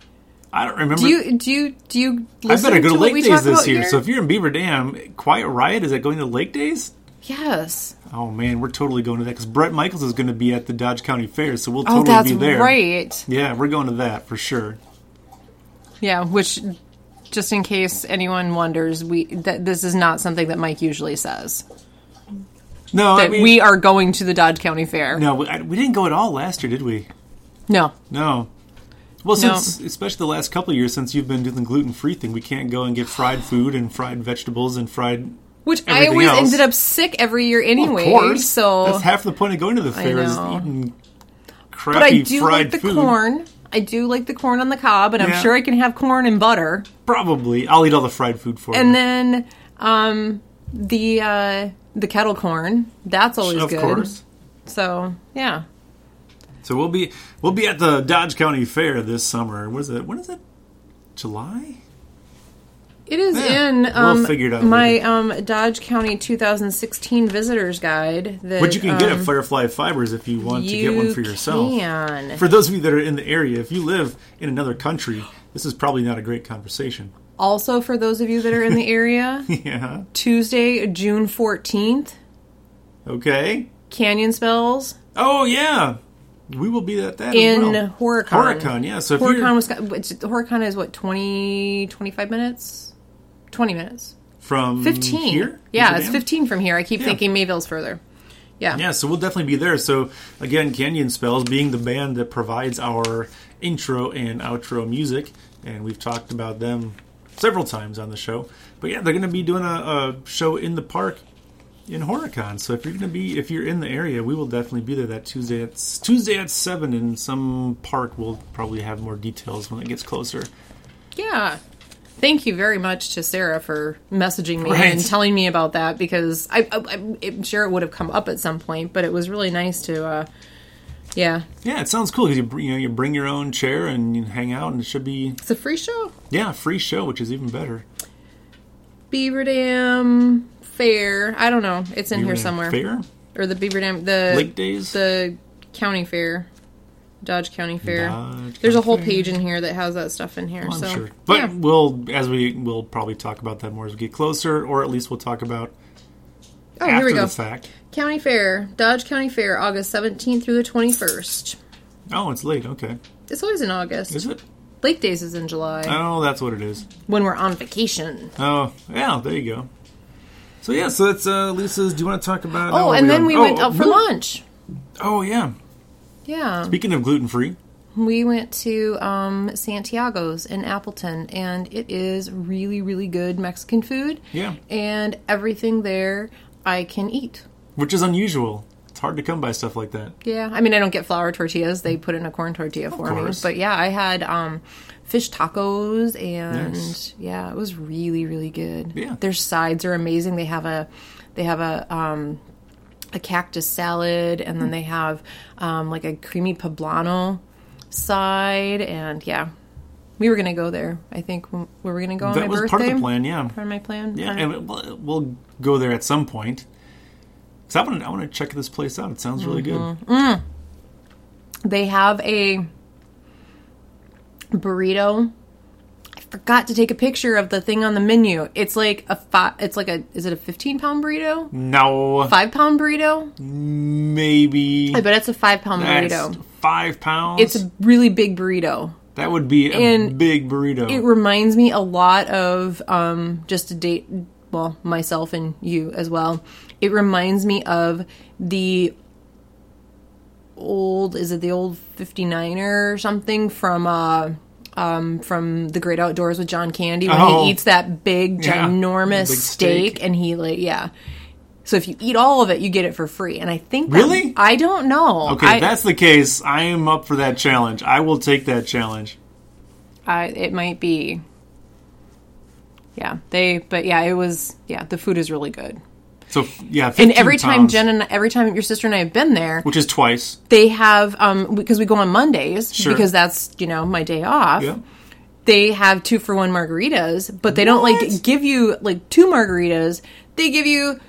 Speaker 2: I don't remember.
Speaker 1: Do you do you do you
Speaker 2: I
Speaker 1: listen
Speaker 2: better go to
Speaker 1: what we
Speaker 2: Lake
Speaker 1: talk
Speaker 2: Days this
Speaker 1: about
Speaker 2: year.
Speaker 1: here?
Speaker 2: So if you're in Beaver Dam, Quiet Riot is that going to Lake Days?
Speaker 1: yes.
Speaker 2: Oh man, we're totally going to that because Brett Michaels is going to be at the Dodge County Fair, so we'll
Speaker 1: Oh,
Speaker 2: totally
Speaker 1: that's
Speaker 2: be there.
Speaker 1: right.
Speaker 2: Yeah, we're going to that for sure.
Speaker 1: Yeah, which just in case anyone wonders, we that this is not something that Mike usually says.
Speaker 2: No, I
Speaker 1: That
Speaker 2: mean,
Speaker 1: we are going to the Dodge County Fair.
Speaker 2: no, we, I, we didn't go at all last year, did we?
Speaker 1: no.
Speaker 2: No. Well,
Speaker 1: No.
Speaker 2: since especially the last couple of years since you've been doing the gluten free thing, we can't go and get fried food and fried vegetables and fried.
Speaker 1: Which I
Speaker 2: Everything
Speaker 1: always
Speaker 2: else.
Speaker 1: ended up sick every year anyway.
Speaker 2: of course,
Speaker 1: so
Speaker 2: that's half the point of going to the fair is
Speaker 1: know.
Speaker 2: eating crappy
Speaker 1: but I do
Speaker 2: fried
Speaker 1: like the
Speaker 2: food.
Speaker 1: corn. I do like the corn on the cob, and
Speaker 2: Yeah.
Speaker 1: I'm sure I can have corn and butter.
Speaker 2: Probably, I'll eat all the fried food for you.
Speaker 1: And then um, the uh, the kettle corn. That's always
Speaker 2: of
Speaker 1: good.
Speaker 2: course.
Speaker 1: So yeah,
Speaker 2: So we'll be we'll be at the Dodge County Fair this summer. What is it? When is it? July?
Speaker 1: It is
Speaker 2: Yeah,
Speaker 1: in
Speaker 2: we'll
Speaker 1: um,
Speaker 2: figure it out
Speaker 1: my
Speaker 2: later.
Speaker 1: um, Dodge County 2016 visitors guide. That,
Speaker 2: Which you can
Speaker 1: um,
Speaker 2: get at Firefly Fibers if you want to get one for yourself.
Speaker 1: Can.
Speaker 2: For those of you that are in the area, if you live in another country, this is probably not a great conversation.
Speaker 1: also, for those of you that are in the area,
Speaker 2: Yeah.
Speaker 1: Tuesday, June 14th,
Speaker 2: Okay.
Speaker 1: Canyon Spells
Speaker 2: Oh yeah, we will be at that
Speaker 1: in
Speaker 2: as well.
Speaker 1: Horicon.
Speaker 2: Horicon, yeah. So if you're
Speaker 1: Horicon, Wisconsin. which- Horicon is what 20, 25 minutes, twenty minutes,
Speaker 2: from
Speaker 1: fifteen.
Speaker 2: Mm, here,
Speaker 1: yeah,
Speaker 2: Amsterdam?
Speaker 1: it's fifteen from here. I keep thinking Mayville's further. Yeah.
Speaker 2: Yeah, so we'll definitely be there. So again, Canyon Spells being the band that provides our intro and outro music, and we've talked about them several times on the show. But yeah, they're going to be doing a, a show in the park in Horicon. So if you're going to be if you're in the area, we will definitely be there that Tuesday at Tuesday at seven in some park. We'll probably have more details when it gets closer.
Speaker 1: Yeah. Thank you very much to Sarah for messaging me
Speaker 2: Right.
Speaker 1: and telling me about that because I, I, I'm sure it would have come up at some point, but it was really nice to, uh, yeah.
Speaker 2: Yeah, it sounds cool because you, br- you know you bring your own chair and you hang out, and it should be
Speaker 1: It's a free show.
Speaker 2: yeah free show, which is even better.
Speaker 1: Beaver Dam Fair. I don't know. It's in
Speaker 2: You're
Speaker 1: here
Speaker 2: gonna
Speaker 1: somewhere.
Speaker 2: Fair
Speaker 1: Or the Beaver Dam, the
Speaker 2: lake days.
Speaker 1: the county fair, Dodge County Fair.
Speaker 2: Dodge
Speaker 1: There's a
Speaker 2: County
Speaker 1: whole
Speaker 2: Fair.
Speaker 1: page in here that has that stuff in here.
Speaker 2: Uh, Oh, I'm
Speaker 1: so,
Speaker 2: sure, but
Speaker 1: yeah.
Speaker 2: we'll as we we'll probably talk about that more as we get closer, or at least we'll talk about
Speaker 1: Oh,
Speaker 2: after
Speaker 1: here we go.
Speaker 2: the fact.
Speaker 1: County Fair, Dodge County Fair, August 17th through the 21st.
Speaker 2: Oh, it's late. Okay,
Speaker 1: It's always in August.
Speaker 2: is it?
Speaker 1: Lake Days is in July
Speaker 2: Oh, that's what it is.
Speaker 1: when we're on vacation.
Speaker 2: Oh, yeah, there you go. So yeah, so that's uh, Lisa's. Do you want to talk about?
Speaker 1: Oh,
Speaker 2: are
Speaker 1: and then
Speaker 2: on-
Speaker 1: we
Speaker 2: oh,
Speaker 1: went out for
Speaker 2: woo-
Speaker 1: lunch.
Speaker 2: Oh yeah.
Speaker 1: Yeah.
Speaker 2: Speaking of gluten free,
Speaker 1: We went to um, Santiago's in Appleton, and it is really, really good Mexican food.
Speaker 2: Yeah.
Speaker 1: And everything there I can eat.
Speaker 2: which is unusual, it's hard to come by stuff like that.
Speaker 1: Yeah, I mean, I don't get flour tortillas. They put in a corn tortilla for me.
Speaker 2: course.
Speaker 1: But yeah, I had um, fish tacos, and
Speaker 2: Nice.
Speaker 1: yeah, it was really, really good.
Speaker 2: Yeah.
Speaker 1: their sides are amazing. They have a, they have a. Um, a cactus salad, and
Speaker 2: Mm.
Speaker 1: then they have um, like a creamy poblano side, and yeah, we were gonna go there. I think we were we gonna go on my
Speaker 2: That was
Speaker 1: birthday.
Speaker 2: part of the plan. Yeah.
Speaker 1: Part of my plan.
Speaker 2: Yeah,
Speaker 1: Part of-
Speaker 2: and we'll, we'll go there at some point. Cause I want to, I want to check this place out. It sounds really
Speaker 1: Mm-hmm.
Speaker 2: good.
Speaker 1: they have a burrito. I forgot to take a picture of the thing on the menu. It's like a five. It's like a. Is it a fifteen pound burrito?
Speaker 2: Mm. Now
Speaker 1: Five pound burrito?
Speaker 2: maybe
Speaker 1: I bet it's a five pound
Speaker 2: that's
Speaker 1: burrito.
Speaker 2: five pounds.
Speaker 1: It's a really big burrito.
Speaker 2: that would be a
Speaker 1: and
Speaker 2: big burrito.
Speaker 1: It reminds me a lot of um, just to date. Well, myself and you as well. It reminds me of the old. Is it the old 59er or something from? Uh, um, from the Great Outdoors with John Candy when
Speaker 2: Oh.
Speaker 1: he eats that big,
Speaker 2: Yeah.
Speaker 1: ginormous
Speaker 2: Big
Speaker 1: steak,
Speaker 2: steak.
Speaker 1: and he like yeah. So if you eat all of it, you get it for free, and I think that-
Speaker 2: Really?
Speaker 1: I don't know.
Speaker 2: okay,
Speaker 1: I,
Speaker 2: if that's the case, I am up for that challenge. I will take that challenge.
Speaker 1: I it might be. Yeah, they but yeah, it was yeah, the food is really good.
Speaker 2: So f- yeah, 15
Speaker 1: And every time
Speaker 2: pounds,
Speaker 1: Jen and every time your sister and I have been there,
Speaker 2: which is twice.
Speaker 1: they have um because we go on Mondays
Speaker 2: Sure.
Speaker 1: because that's, you know, my day off.
Speaker 2: Yeah.
Speaker 1: They have 2 for 1 margaritas, but they don't like
Speaker 2: What?
Speaker 1: give you like two margaritas. They give you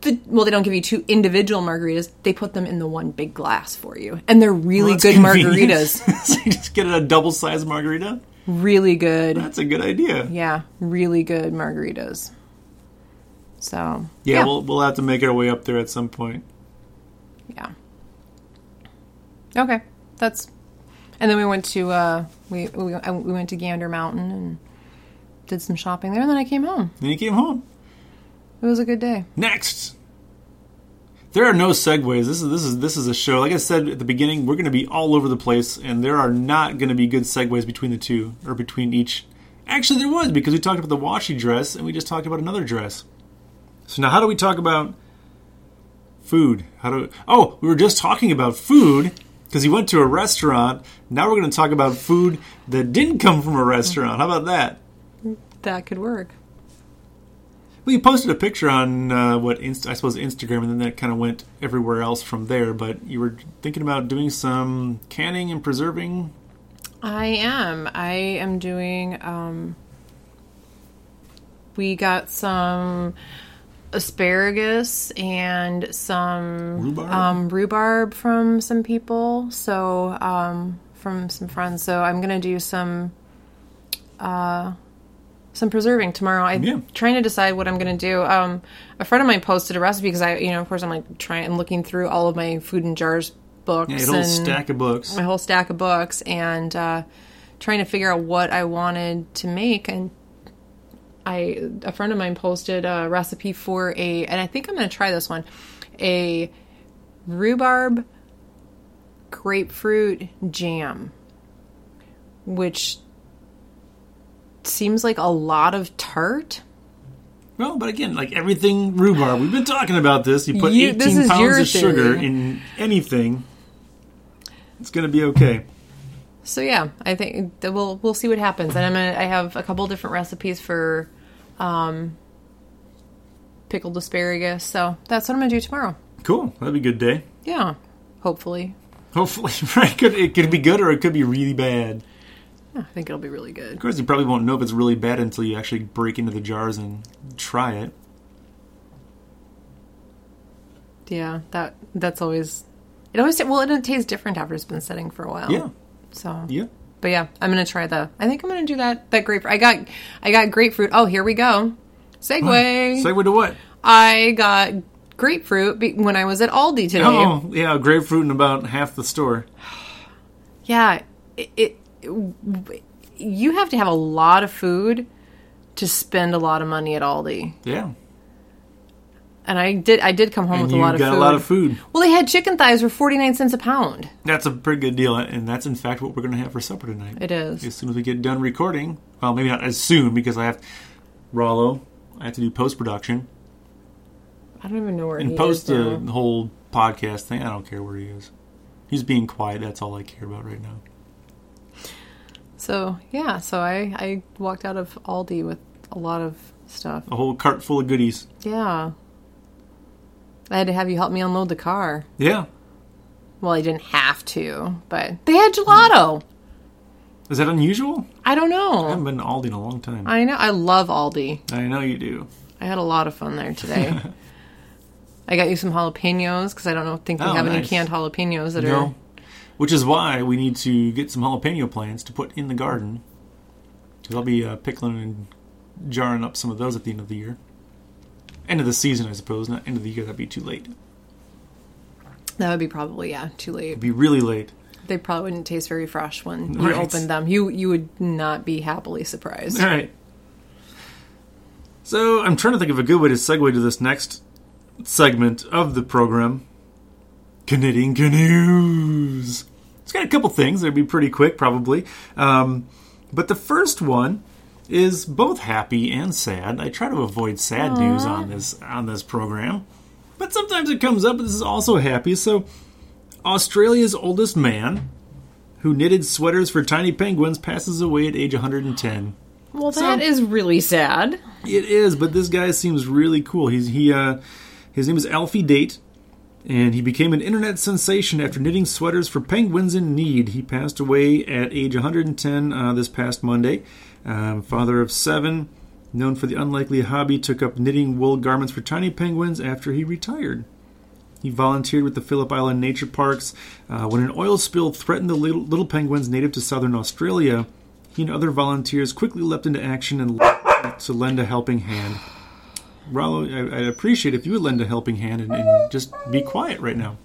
Speaker 1: the, well, they don't give you two individual margaritas. They put them in the one big glass for you, and they're really
Speaker 2: That's
Speaker 1: good
Speaker 2: convenient.
Speaker 1: margaritas.
Speaker 2: so you just get a double sized margarita.
Speaker 1: Really good.
Speaker 2: That's a good idea. Yeah,
Speaker 1: Yeah, really good margaritas. So
Speaker 2: we'll we'll have to make our way up there at some point.
Speaker 1: yeah. Okay, that's. And then we went to uh, we we I- we went to Gander Mountain and did some shopping there, and then I came home.
Speaker 2: Then you came home.
Speaker 1: It was a good day.
Speaker 2: Next. There are no segues. This is this is this is a show. Like I said at the beginning, we're going to be all over the place, and there are not going to be good segues between the two or between each. Actually, there was because we talked about the washi dress, and we just talked about another dress. So now, how do we talk about food? How do? Oh, we were just talking about food because you went to a restaurant. Now we're going to talk about food that didn't come from a restaurant. How about that?
Speaker 1: That could work.
Speaker 2: Well, you posted a picture on uh, what Inst- I suppose Instagram, and then that kind of went everywhere else from there. But you were thinking about doing some canning and preserving
Speaker 1: I am. I am doing. Um, we got some asparagus and some
Speaker 2: Rhubarb?
Speaker 1: um, rhubarb from some people. So um, from some friends. So I'm gonna do some uh, some preserving tomorrow. I'm
Speaker 2: Yeah.
Speaker 1: trying to decide what I'm going to do. Um, a friend of mine posted a recipe because I, you know, of course, I'm like trying. I'm looking through all of my food and jars books
Speaker 2: Yeah, a whole
Speaker 1: and
Speaker 2: stack of books.
Speaker 1: my whole stack of books and uh, trying to figure out what I wanted to make. And I, a friend of mine posted a recipe for a, and I think I'm going to try this one, a rhubarb grapefruit jam, which seems like a lot of tart.
Speaker 2: Well, but again, like everything rhubarb, we've been talking about this. You put
Speaker 1: You- this
Speaker 2: 18
Speaker 1: is your
Speaker 2: pounds of sugar
Speaker 1: theory.
Speaker 2: in anything, it's going to be okay.
Speaker 1: So yeah, I think that we'll we'll see what happens. And I'm gonna, I have a couple different recipes for um, pickled asparagus. So that's what I'm gonna do tomorrow.
Speaker 2: Cool. That'd be a good day.
Speaker 1: Yeah, hopefully.
Speaker 2: Hopefully, right? It could, it could be good or it could be really bad.
Speaker 1: Yeah, I think it'll be really good.
Speaker 2: Of course, you probably won't know if it's really bad until you actually break into the jars and try it.
Speaker 1: Yeah, that that's always it always well it tastes different after it's been sitting for a while.
Speaker 2: Yeah.
Speaker 1: So
Speaker 2: Yeah.
Speaker 1: but yeah, I'm gonna try the. I think I'm gonna do that that grapefruit. I got I got grapefruit. Oh, here we go. Segway.
Speaker 2: Segue to what?
Speaker 1: I got grapefruit be- when I was at Aldi today.
Speaker 2: Oh, yeah, grapefruit in about half the store.
Speaker 1: Yeah, it, it you have to have a lot of food to spend a lot of money at Aldi.
Speaker 2: Yeah.
Speaker 1: And I did I did come home
Speaker 2: And
Speaker 1: with a
Speaker 2: you
Speaker 1: lot
Speaker 2: got
Speaker 1: of food.
Speaker 2: a lot of food.
Speaker 1: Well, they had chicken thighs for 49 cents a pound.
Speaker 2: That's a pretty good deal, and that's in fact what we're going to have for supper tonight.
Speaker 1: It is.
Speaker 2: as soon as we get done recording. Well, maybe not as soon because I have Rollo. I have to do post production
Speaker 1: I don't even know where
Speaker 2: and
Speaker 1: he
Speaker 2: post
Speaker 1: is uh,
Speaker 2: the
Speaker 1: now.
Speaker 2: whole podcast thing. I don't care where he is. He's being quiet. That's all I care about right now.
Speaker 1: So, yeah, so I I walked out of Aldi with a lot of stuff.
Speaker 2: A whole cart full of goodies.
Speaker 1: Yeah. I had to have you help me unload the car.
Speaker 2: Yeah.
Speaker 1: Well, I didn't have to, but they had gelato.
Speaker 2: Is that unusual?
Speaker 1: I don't
Speaker 2: I
Speaker 1: know.
Speaker 2: haven't been to Aldi in a long time.
Speaker 1: I know I love Aldi.
Speaker 2: I know you do.
Speaker 1: I had a lot of fun there today. I got you some jalapenos because I don't know, think we
Speaker 2: Oh,
Speaker 1: have any
Speaker 2: nice.
Speaker 1: canned jalapenos that are.
Speaker 2: No. Which is why we need to get some jalapeno plants to put in the garden. Because I'll be uh, pickling and jarring up some of those at the end of the year. End of the season, I suppose. Not end of the year. That'd be too late.
Speaker 1: That would be probably yeah too late.
Speaker 2: It'd be really late.
Speaker 1: They probably wouldn't taste very fresh when you
Speaker 2: Right.
Speaker 1: opened them. You you would not be happily surprised.
Speaker 2: All right. So I'm trying to think of a good way to segue to this next segment of the program. Canadian canoes. It's got a couple things. They'd be pretty quick, probably. Um, but the first one is both happy and sad. I try to avoid sad news on this on this program, but sometimes it comes up. But this is also happy. So Australia's oldest man, who knitted sweaters for tiny penguins, passes away at age 110.
Speaker 1: Well, that is really sad.
Speaker 2: It is, but this guy seems really cool. He's he uh, his name is Alfie Date, and he became an internet sensation after knitting sweaters for penguins in need. He passed away at age 110 uh, this past Monday. Um, father of seven, known for the unlikely hobby, took up knitting wool garments for tiny penguins after he retired. He volunteered with the Phillip Island Nature Parks uh, when an oil spill threatened the little, little penguins native to southern Australia. He and other volunteers quickly leapt into action and to lend a helping hand. Rollo, I, I'd appreciate if you would lend a helping hand and, and just be quiet right now.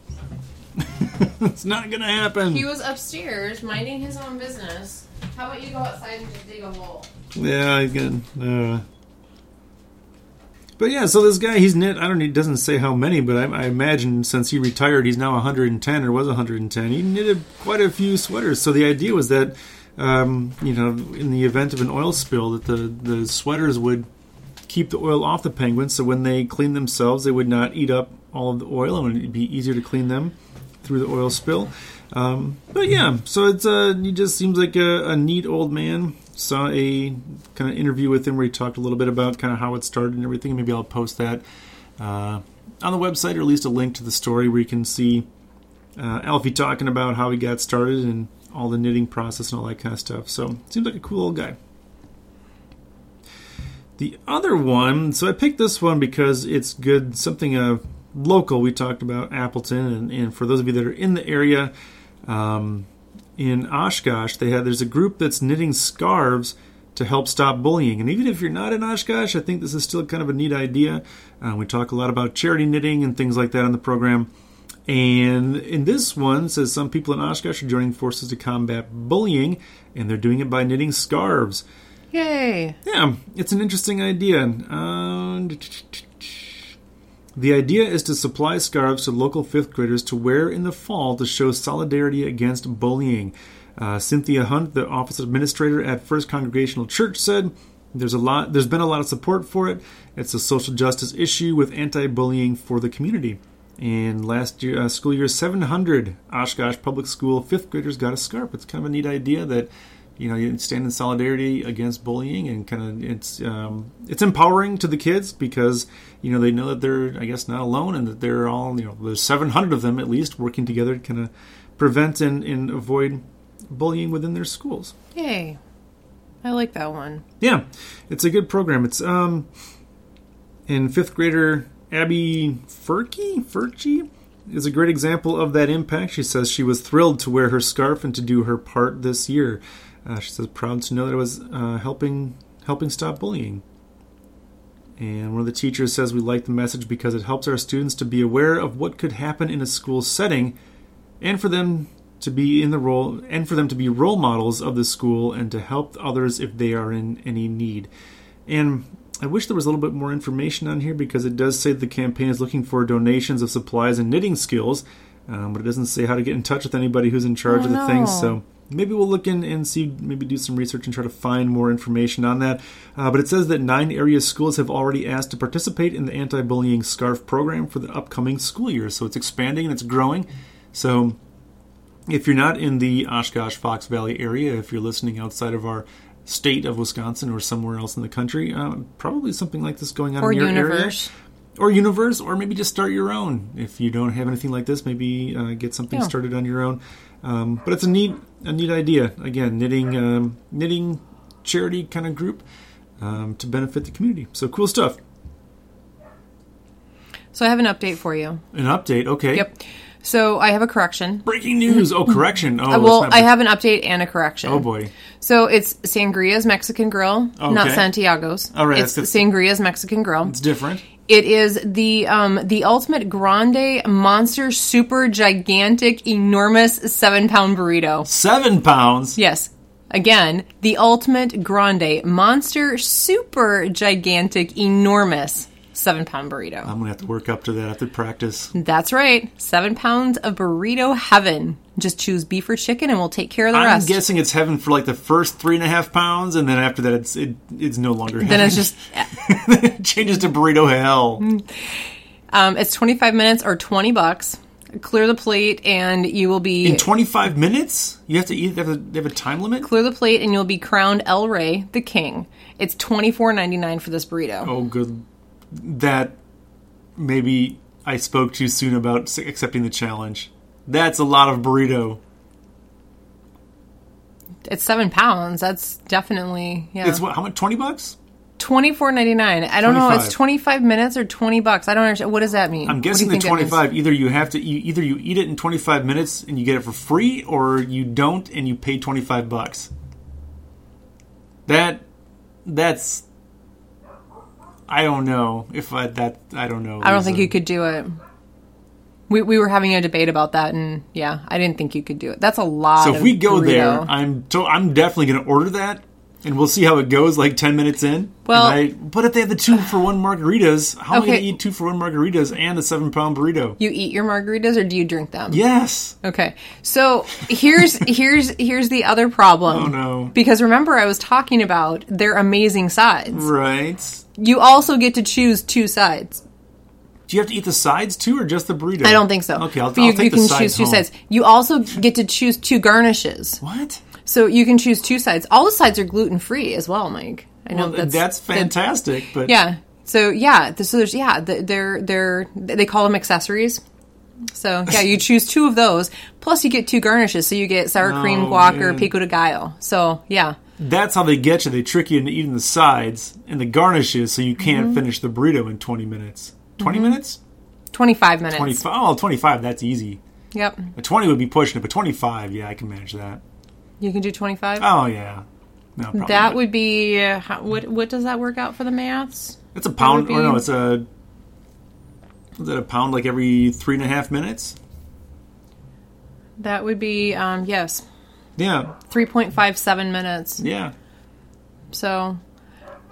Speaker 2: it's not going to happen.
Speaker 1: was upstairs minding his own business. How about you go outside and just dig a hole?
Speaker 2: Yeah, again. Uh, but yeah, so this guy, he's knit. I don't. He doesn't say how many, but I, I imagine since he retired, he's now 110 or was 110. He knitted quite a few sweaters. So the idea was that, um, you know, in the event of an oil spill, that the the sweaters would keep the oil off the penguins. So when they cleaned themselves, they would not eat up all of the oil, and it'd be easier to clean them through the oil spill. Um, but yeah, so it's uh, he just seems like a, a neat old man. Saw a kind of interview with him where he talked a little bit about kind of how it started and everything. Maybe I'll post that uh, on the website or at least a link to the story where you can see uh, Alfie talking about how he got started and all the knitting process and all that kind of stuff. So seems like a cool old guy. The other one, so I picked this one because it's good, something uh, local. We talked about Appleton, and, and for those of you that are in the area, um, in Oshkosh, they had there's a group that's knitting scarves to help stop bullying. And even if you're not in Oshkosh, I think this is still kind of a neat idea. Uh, we talk a lot about charity knitting and things like that on the program. And in this one it says some people in Oshkosh are joining forces to combat bullying, and they're doing it by knitting scarves.
Speaker 1: Yay.
Speaker 2: Yeah, it's an interesting idea. Um, the idea is to supply scarves to local fifth graders to wear in the fall to show solidarity against bullying. Uh, Cynthia Hunt, the office administrator at First Congregational Church, said, "There's a lot. There's been a lot of support for it. It's a social justice issue with anti-bullying for the community." And last year, uh, school year, 700 Oshkosh Public School fifth graders got a scarf. It's kind of a neat idea that you know you stand in solidarity against bullying and kind of it's um, it's empowering to the kids because you know they know that they're I guess not alone and that they're all you know there's 700 of them at least working together to kind of prevent and, and avoid bullying within their schools.
Speaker 1: Yay. I like that one.
Speaker 2: Yeah, it's a good program. It's um, and fifth grader Abby Furkey Furkey is a great example of that impact. She says she was thrilled to wear her scarf and to do her part this year. Uh, she says proud to know that it was uh, helping helping stop bullying. And one of the teachers says we like the message because it helps our students to be aware of what could happen in a school setting, and for them to be in the role and for them to be role models of the school and to help others if they are in any need. And I wish there was a little bit more information on here because it does say the campaign is looking for donations of supplies and knitting skills, um, but it doesn't say how to get in touch with anybody who's in charge
Speaker 1: Oh,
Speaker 2: of the thing.
Speaker 1: no.
Speaker 2: So maybe we'll look in and see, maybe do some research and try to find more information on that. Uh, but it says that nine area schools have already asked to participate in the anti bullying scarf program for the upcoming school year. So it's expanding and it's growing. So if you're not in the Oshkosh Fox Valley area, if you're listening outside of our state of Wisconsin or somewhere else in the country, uh, probably something like this going on
Speaker 1: Or
Speaker 2: in your
Speaker 1: Universe.
Speaker 2: area. Or universe, or maybe just start your own. If you don't have anything like this, maybe uh, get something
Speaker 1: Yeah.
Speaker 2: started on your own. Um, but it's a neat, a neat idea. Again, knitting, um, knitting charity kind of group um, to benefit the community. So cool stuff.
Speaker 1: So I have an update for you.
Speaker 2: An update, okay?
Speaker 1: Yep. So I have a correction.
Speaker 2: Breaking news. Oh, correction. Oh, it's
Speaker 1: well,
Speaker 2: not-
Speaker 1: I have an update and a correction.
Speaker 2: Oh boy.
Speaker 1: So it's Sangria's Mexican Grill, not
Speaker 2: Okay.
Speaker 1: Santiago's.
Speaker 2: All right,
Speaker 1: It's
Speaker 2: that's-
Speaker 1: Sangria's Mexican Grill.
Speaker 2: It's different.
Speaker 1: It is the um the ultimate grande monster super gigantic enormous 7-pound burrito.
Speaker 2: Seven pounds.
Speaker 1: Yes. Again, the ultimate grande monster super gigantic enormous 7-pound burrito.
Speaker 2: I'm gonna have to work up to that. I have to practice.
Speaker 1: That's right. 7 pounds of burrito heaven. Just choose beef or chicken and we'll take care of the
Speaker 2: I'm
Speaker 1: rest.
Speaker 2: guessing it's heaven for like the first three and a half pounds, and then after that, it's it, it's no longer heaven.
Speaker 1: then it's just
Speaker 2: it changes to burrito hell.
Speaker 1: Mm, Um, it's 25 minutes or 20 bucks. Clear the plate and you will be
Speaker 2: In 25 minutes, you have to eat. They have a, they have a time limit.
Speaker 1: clear the plate and you'll be crowned El Rey, the king. It's 24.99 for this burrito.
Speaker 2: Oh, good. That maybe I spoke too soon about s- accepting the challenge. That's a lot of burrito.
Speaker 1: It's 7 pounds. That's definitely yeah.
Speaker 2: Oh. It's what? How much? 20 bucks?
Speaker 1: 24.99. I don't know. It's
Speaker 2: 25.
Speaker 1: 25 minutes or 20 bucks. I don't understand. What does that mean?
Speaker 2: I'm guessing the 25. Either you have to, you, either you eat it in 25 minutes and you get it for free, or you don't and you pay 25 bucks. That, that's, I don't know if I that I don't know.
Speaker 1: I don't think you could do it. We, we were having a debate about that, and yeah, I didn't think you could do it. That's a lot.
Speaker 2: So if
Speaker 1: of
Speaker 2: we go
Speaker 1: burrito.
Speaker 2: there, I'm to, I'm definitely going to order that, and we'll see how it goes. Like 10 minutes in.
Speaker 1: Well-
Speaker 2: And I- but if they have the two for one margaritas, how am I going
Speaker 1: Okay.
Speaker 2: to eat two for one margaritas and a seven pound burrito?
Speaker 1: you eat your margaritas or do you drink them?
Speaker 2: Yes.
Speaker 1: Okay. So here's here's here's the other problem.
Speaker 2: Oh, no.
Speaker 1: Because remember I was talking about their amazing sides.
Speaker 2: Right.
Speaker 1: You also get to choose two sides.
Speaker 2: Do you have to eat the sides too, or just the burrito?
Speaker 1: I don't think so.
Speaker 2: Okay, I'll,
Speaker 1: But
Speaker 2: I'll
Speaker 1: you,
Speaker 2: take
Speaker 1: you
Speaker 2: the
Speaker 1: can
Speaker 2: sides
Speaker 1: choose two
Speaker 2: home.
Speaker 1: sides. You also get to choose two garnishes.
Speaker 2: What?
Speaker 1: So you can choose two sides. All the sides are gluten free as well, Mike. I know
Speaker 2: Well, that's,
Speaker 1: that's,
Speaker 2: fantastic. but
Speaker 1: yeah. So yeah, th- so there's yeah, th- they're they're they call them accessories. So yeah, you choose two of those. Plus, you get two garnishes, so you get sour cream,
Speaker 2: Oh,
Speaker 1: guac, or
Speaker 2: man.
Speaker 1: pico de gallo. So yeah,
Speaker 2: That's how they get you. They trick you into eating the sides and the garnishes so you can't
Speaker 1: Mm-hmm.
Speaker 2: finish the burrito in 20 minutes. 20 minutes?
Speaker 1: twenty five minutes.
Speaker 2: 25. Oh, 25, that's easy.
Speaker 1: Yep,
Speaker 2: A 20 would be pushing it, but 25, yeah, I can manage that.
Speaker 1: you can do twenty five.
Speaker 2: Oh, yeah. No, probably
Speaker 1: that
Speaker 2: not.
Speaker 1: would be uh, how, what? What does that work out for the maths?
Speaker 2: It's a pound,
Speaker 1: would
Speaker 2: or
Speaker 1: be-
Speaker 2: no, it's a. Is it a pound like every three and a half minutes?
Speaker 1: That would be um, yes,
Speaker 2: Yeah,
Speaker 1: three point five seven minutes.
Speaker 2: yeah.
Speaker 1: So.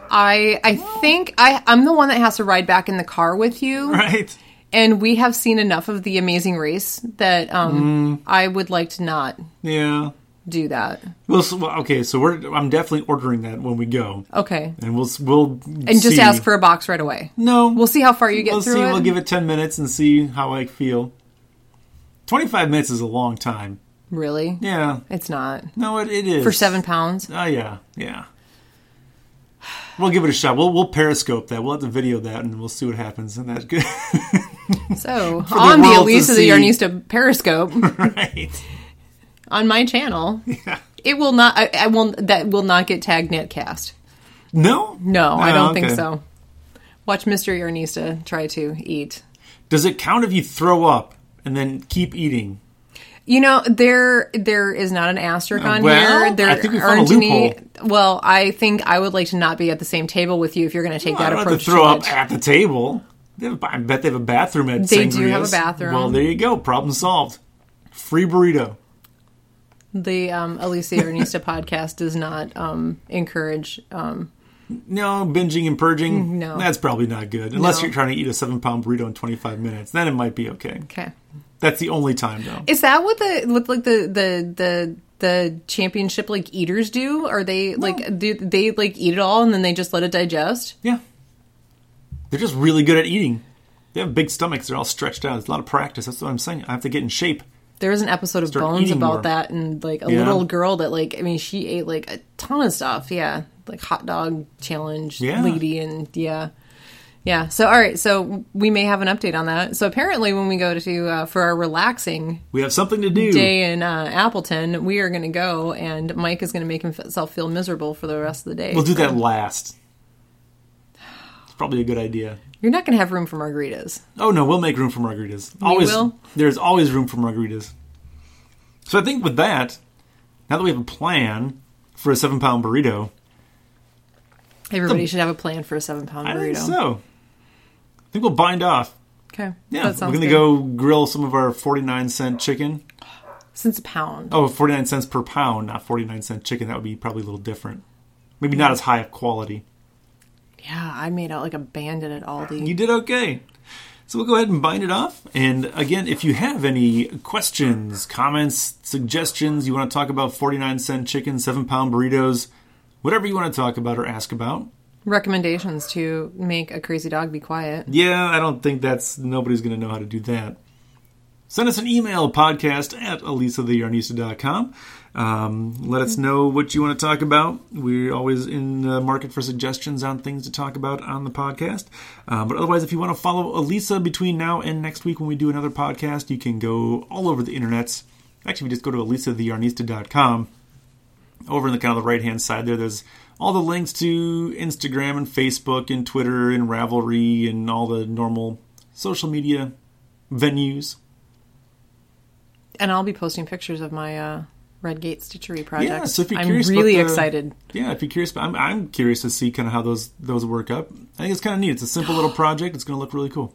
Speaker 1: I I think I I'm the one that has to ride back in the car with you.
Speaker 2: Right?
Speaker 1: and we have seen enough of the amazing race that
Speaker 2: Mm.
Speaker 1: um, i would like to not
Speaker 2: Yeah.
Speaker 1: do that
Speaker 2: Well, so, well, okay, so we're, I'm definitely ordering that when we go.
Speaker 1: okay
Speaker 2: And we'll we'll
Speaker 1: and just ask for a box right away
Speaker 2: no.
Speaker 1: we'll see how far you get
Speaker 2: We'll
Speaker 1: through
Speaker 2: see.
Speaker 1: it
Speaker 2: We'll give it ten minutes and see how I feel. Twenty-five minutes is a long time.
Speaker 1: really
Speaker 2: Yeah.
Speaker 1: it's not
Speaker 2: No, it, it is
Speaker 1: for seven pounds
Speaker 2: Oh yeah, yeah. We'll give it a shot. We'll we'll Periscope that. We'll have to video that, and we'll see what happens. And that's good,
Speaker 1: so on the
Speaker 2: world to
Speaker 1: elisa the
Speaker 2: see.
Speaker 1: yarnista periscope
Speaker 2: right?
Speaker 1: on my channel it will not I, I will that will not get tagged netcast
Speaker 2: No,
Speaker 1: no i
Speaker 2: Oh,
Speaker 1: don't think
Speaker 2: okay.
Speaker 1: so watch mr yarnista try to eat
Speaker 2: Does it count if you throw up and then keep eating?
Speaker 1: You know, there there is not an asterisk on
Speaker 2: well,
Speaker 1: here. There
Speaker 2: I think we found a
Speaker 1: aren't any.
Speaker 2: loophole.
Speaker 1: Well, I think I would like to not be at the same table with you if you're going to take
Speaker 2: I
Speaker 1: that
Speaker 2: don't have
Speaker 1: approach.
Speaker 2: to throw
Speaker 1: to
Speaker 2: up
Speaker 1: it.
Speaker 2: at the table. They have a, I bet they have a bathroom at.
Speaker 1: They do have a
Speaker 2: Sangria's.
Speaker 1: bathroom.
Speaker 2: Well, there you go. Problem solved. Free burrito.
Speaker 1: The um, Alicia Ernista podcast does not um, encourage. Um,
Speaker 2: No, binging and purging.
Speaker 1: Mm, no.
Speaker 2: That's probably not good. Unless
Speaker 1: No.
Speaker 2: you're trying to eat a seven pound burrito in 25 minutes. Then it might be okay.
Speaker 1: okay,
Speaker 2: That's the only time, though.
Speaker 1: is that what the what like the the the the championship like eaters do? Are they like do they like eat it all and then they just let it digest?
Speaker 2: yeah. They're just really good at eating. They have big stomachs. They're all stretched out. It's a lot of practice. That's what I'm saying. I have to get in shape.
Speaker 1: There was an episode of
Speaker 2: Start
Speaker 1: Bones
Speaker 2: eating
Speaker 1: about
Speaker 2: more.
Speaker 1: that, and like a
Speaker 2: Yeah.
Speaker 1: little girl that like I mean she ate like a ton of stuff. Yeah, like hot dog challenge
Speaker 2: Yeah.
Speaker 1: lady, and yeah, yeah. So all right, so we may have an update on that. So apparently, when we go to uh, for our relaxing
Speaker 2: We have something to do.
Speaker 1: day in uh, Appleton, we are going to go, and Mike is going to make himself feel miserable for the rest of the day.
Speaker 2: We'll do that last. It's probably a good idea.
Speaker 1: You're not going to have room for margaritas.
Speaker 2: Oh no, we'll make room for margaritas. Always,
Speaker 1: will?
Speaker 2: there's always room for margaritas. So I think with that, now that we have a plan for a seven pound burrito,
Speaker 1: Everybody should have a plan for a seven pound
Speaker 2: I
Speaker 1: burrito.
Speaker 2: think so. I think we'll bind off.
Speaker 1: Okay,
Speaker 2: Yeah,
Speaker 1: that
Speaker 2: we're
Speaker 1: sounds
Speaker 2: gonna
Speaker 1: good.
Speaker 2: go grill some of our forty nine cent chicken.
Speaker 1: since a pound.
Speaker 2: Oh, 49 cents per pound, not forty nine cent chicken. That would be probably a little different. Maybe not as high of quality.
Speaker 1: Yeah, I made out like a bandit at Aldi.
Speaker 2: Mm-hmm. You did okay. So we'll go ahead and bind it off. And again, if you have any questions, comments, suggestions, you want to talk about 49 cent chicken, seven pound burritos, whatever you want to talk about or ask about.
Speaker 1: recommendations to make a crazy dog be quiet.
Speaker 2: Yeah, I don't think that's nobody's going to know how to do that. Send us an email podcast at elisatheyarnista.com. Um, let us know what you want to talk about. We're always in the market for suggestions on things to talk about on the podcast. Um, but otherwise, if you want to follow Elisa between now and next week when we do another podcast, you can go all over the internets. Actually, if you just go to elisatheyarnista.com, over in the kind of the right hand side there there's all the links to instagram and facebook and twitter and ravelry and all the normal social media venues
Speaker 1: And I'll be posting pictures of my uh, Red Gate Stitchery project.
Speaker 2: Yeah, so if you're
Speaker 1: I'm
Speaker 2: curious about
Speaker 1: really
Speaker 2: the-
Speaker 1: excited.
Speaker 2: yeah if you're curious i'm, I'm curious to see kind of how those those work up i think it's kind of neat it's a simple little project it's going to look really cool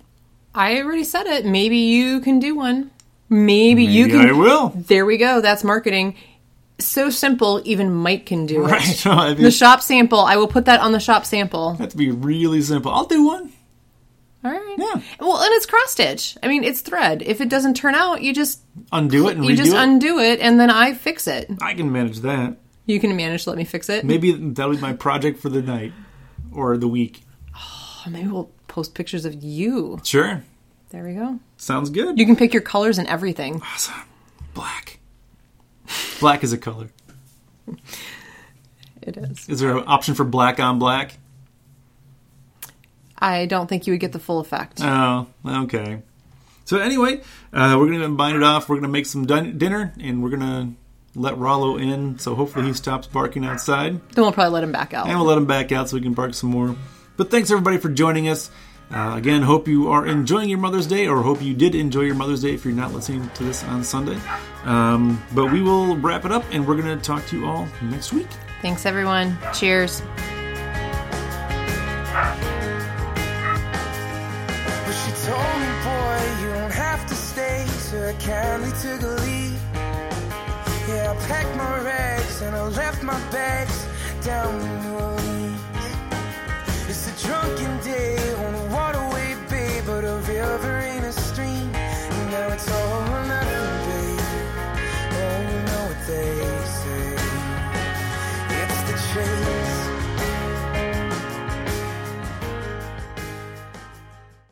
Speaker 1: I already said it. Maybe you can do one. Maybe, you
Speaker 2: Maybe
Speaker 1: can.
Speaker 2: i will
Speaker 1: There we go. That's marketing. So simple, even Mike can do it.
Speaker 2: right I mean,
Speaker 1: The shop sample. I will put that on the shop sample.
Speaker 2: that to be really simple i'll do one
Speaker 1: All right.
Speaker 2: Yeah.
Speaker 1: Well, and it's cross stitch. I mean, it's thread. If it doesn't turn out, you just
Speaker 2: undo it and
Speaker 1: you
Speaker 2: redo
Speaker 1: just
Speaker 2: it
Speaker 1: undo it, and then I fix it.
Speaker 2: i can manage that
Speaker 1: You can manage to let me fix it.
Speaker 2: maybe that'll be my project for the night or the week
Speaker 1: Oh, maybe we'll post pictures of you.
Speaker 2: sure
Speaker 1: There we go.
Speaker 2: sounds good
Speaker 1: You can pick your colors and everything.
Speaker 2: Awesome. Black. Black is a color.
Speaker 1: It is.
Speaker 2: Is there an option for black on black? Uh.
Speaker 1: I don't think you would get the full effect.
Speaker 2: Oh, okay. So anyway, uh, we're gonna bind it off. We're gonna make some din- dinner, and we're gonna let Rollo in. So hopefully he stops barking outside,
Speaker 1: Then we'll probably let him back
Speaker 2: and
Speaker 1: out.
Speaker 2: we'll let him back out so he can bark some more. But thanks everybody for joining us. Uh, again, hope you are enjoying your Mother's Day, or hope you did enjoy your Mother's Day if you're not listening to this on Sunday. Um, but we will wrap it up, and we're gonna talk to you all next week.
Speaker 1: Thanks, everyone. Cheers.
Speaker 3: But she told me, boy, you don't have to stay, so I kindly took a leave. Yeah, I packed my rags and I left my bags down in the Oh,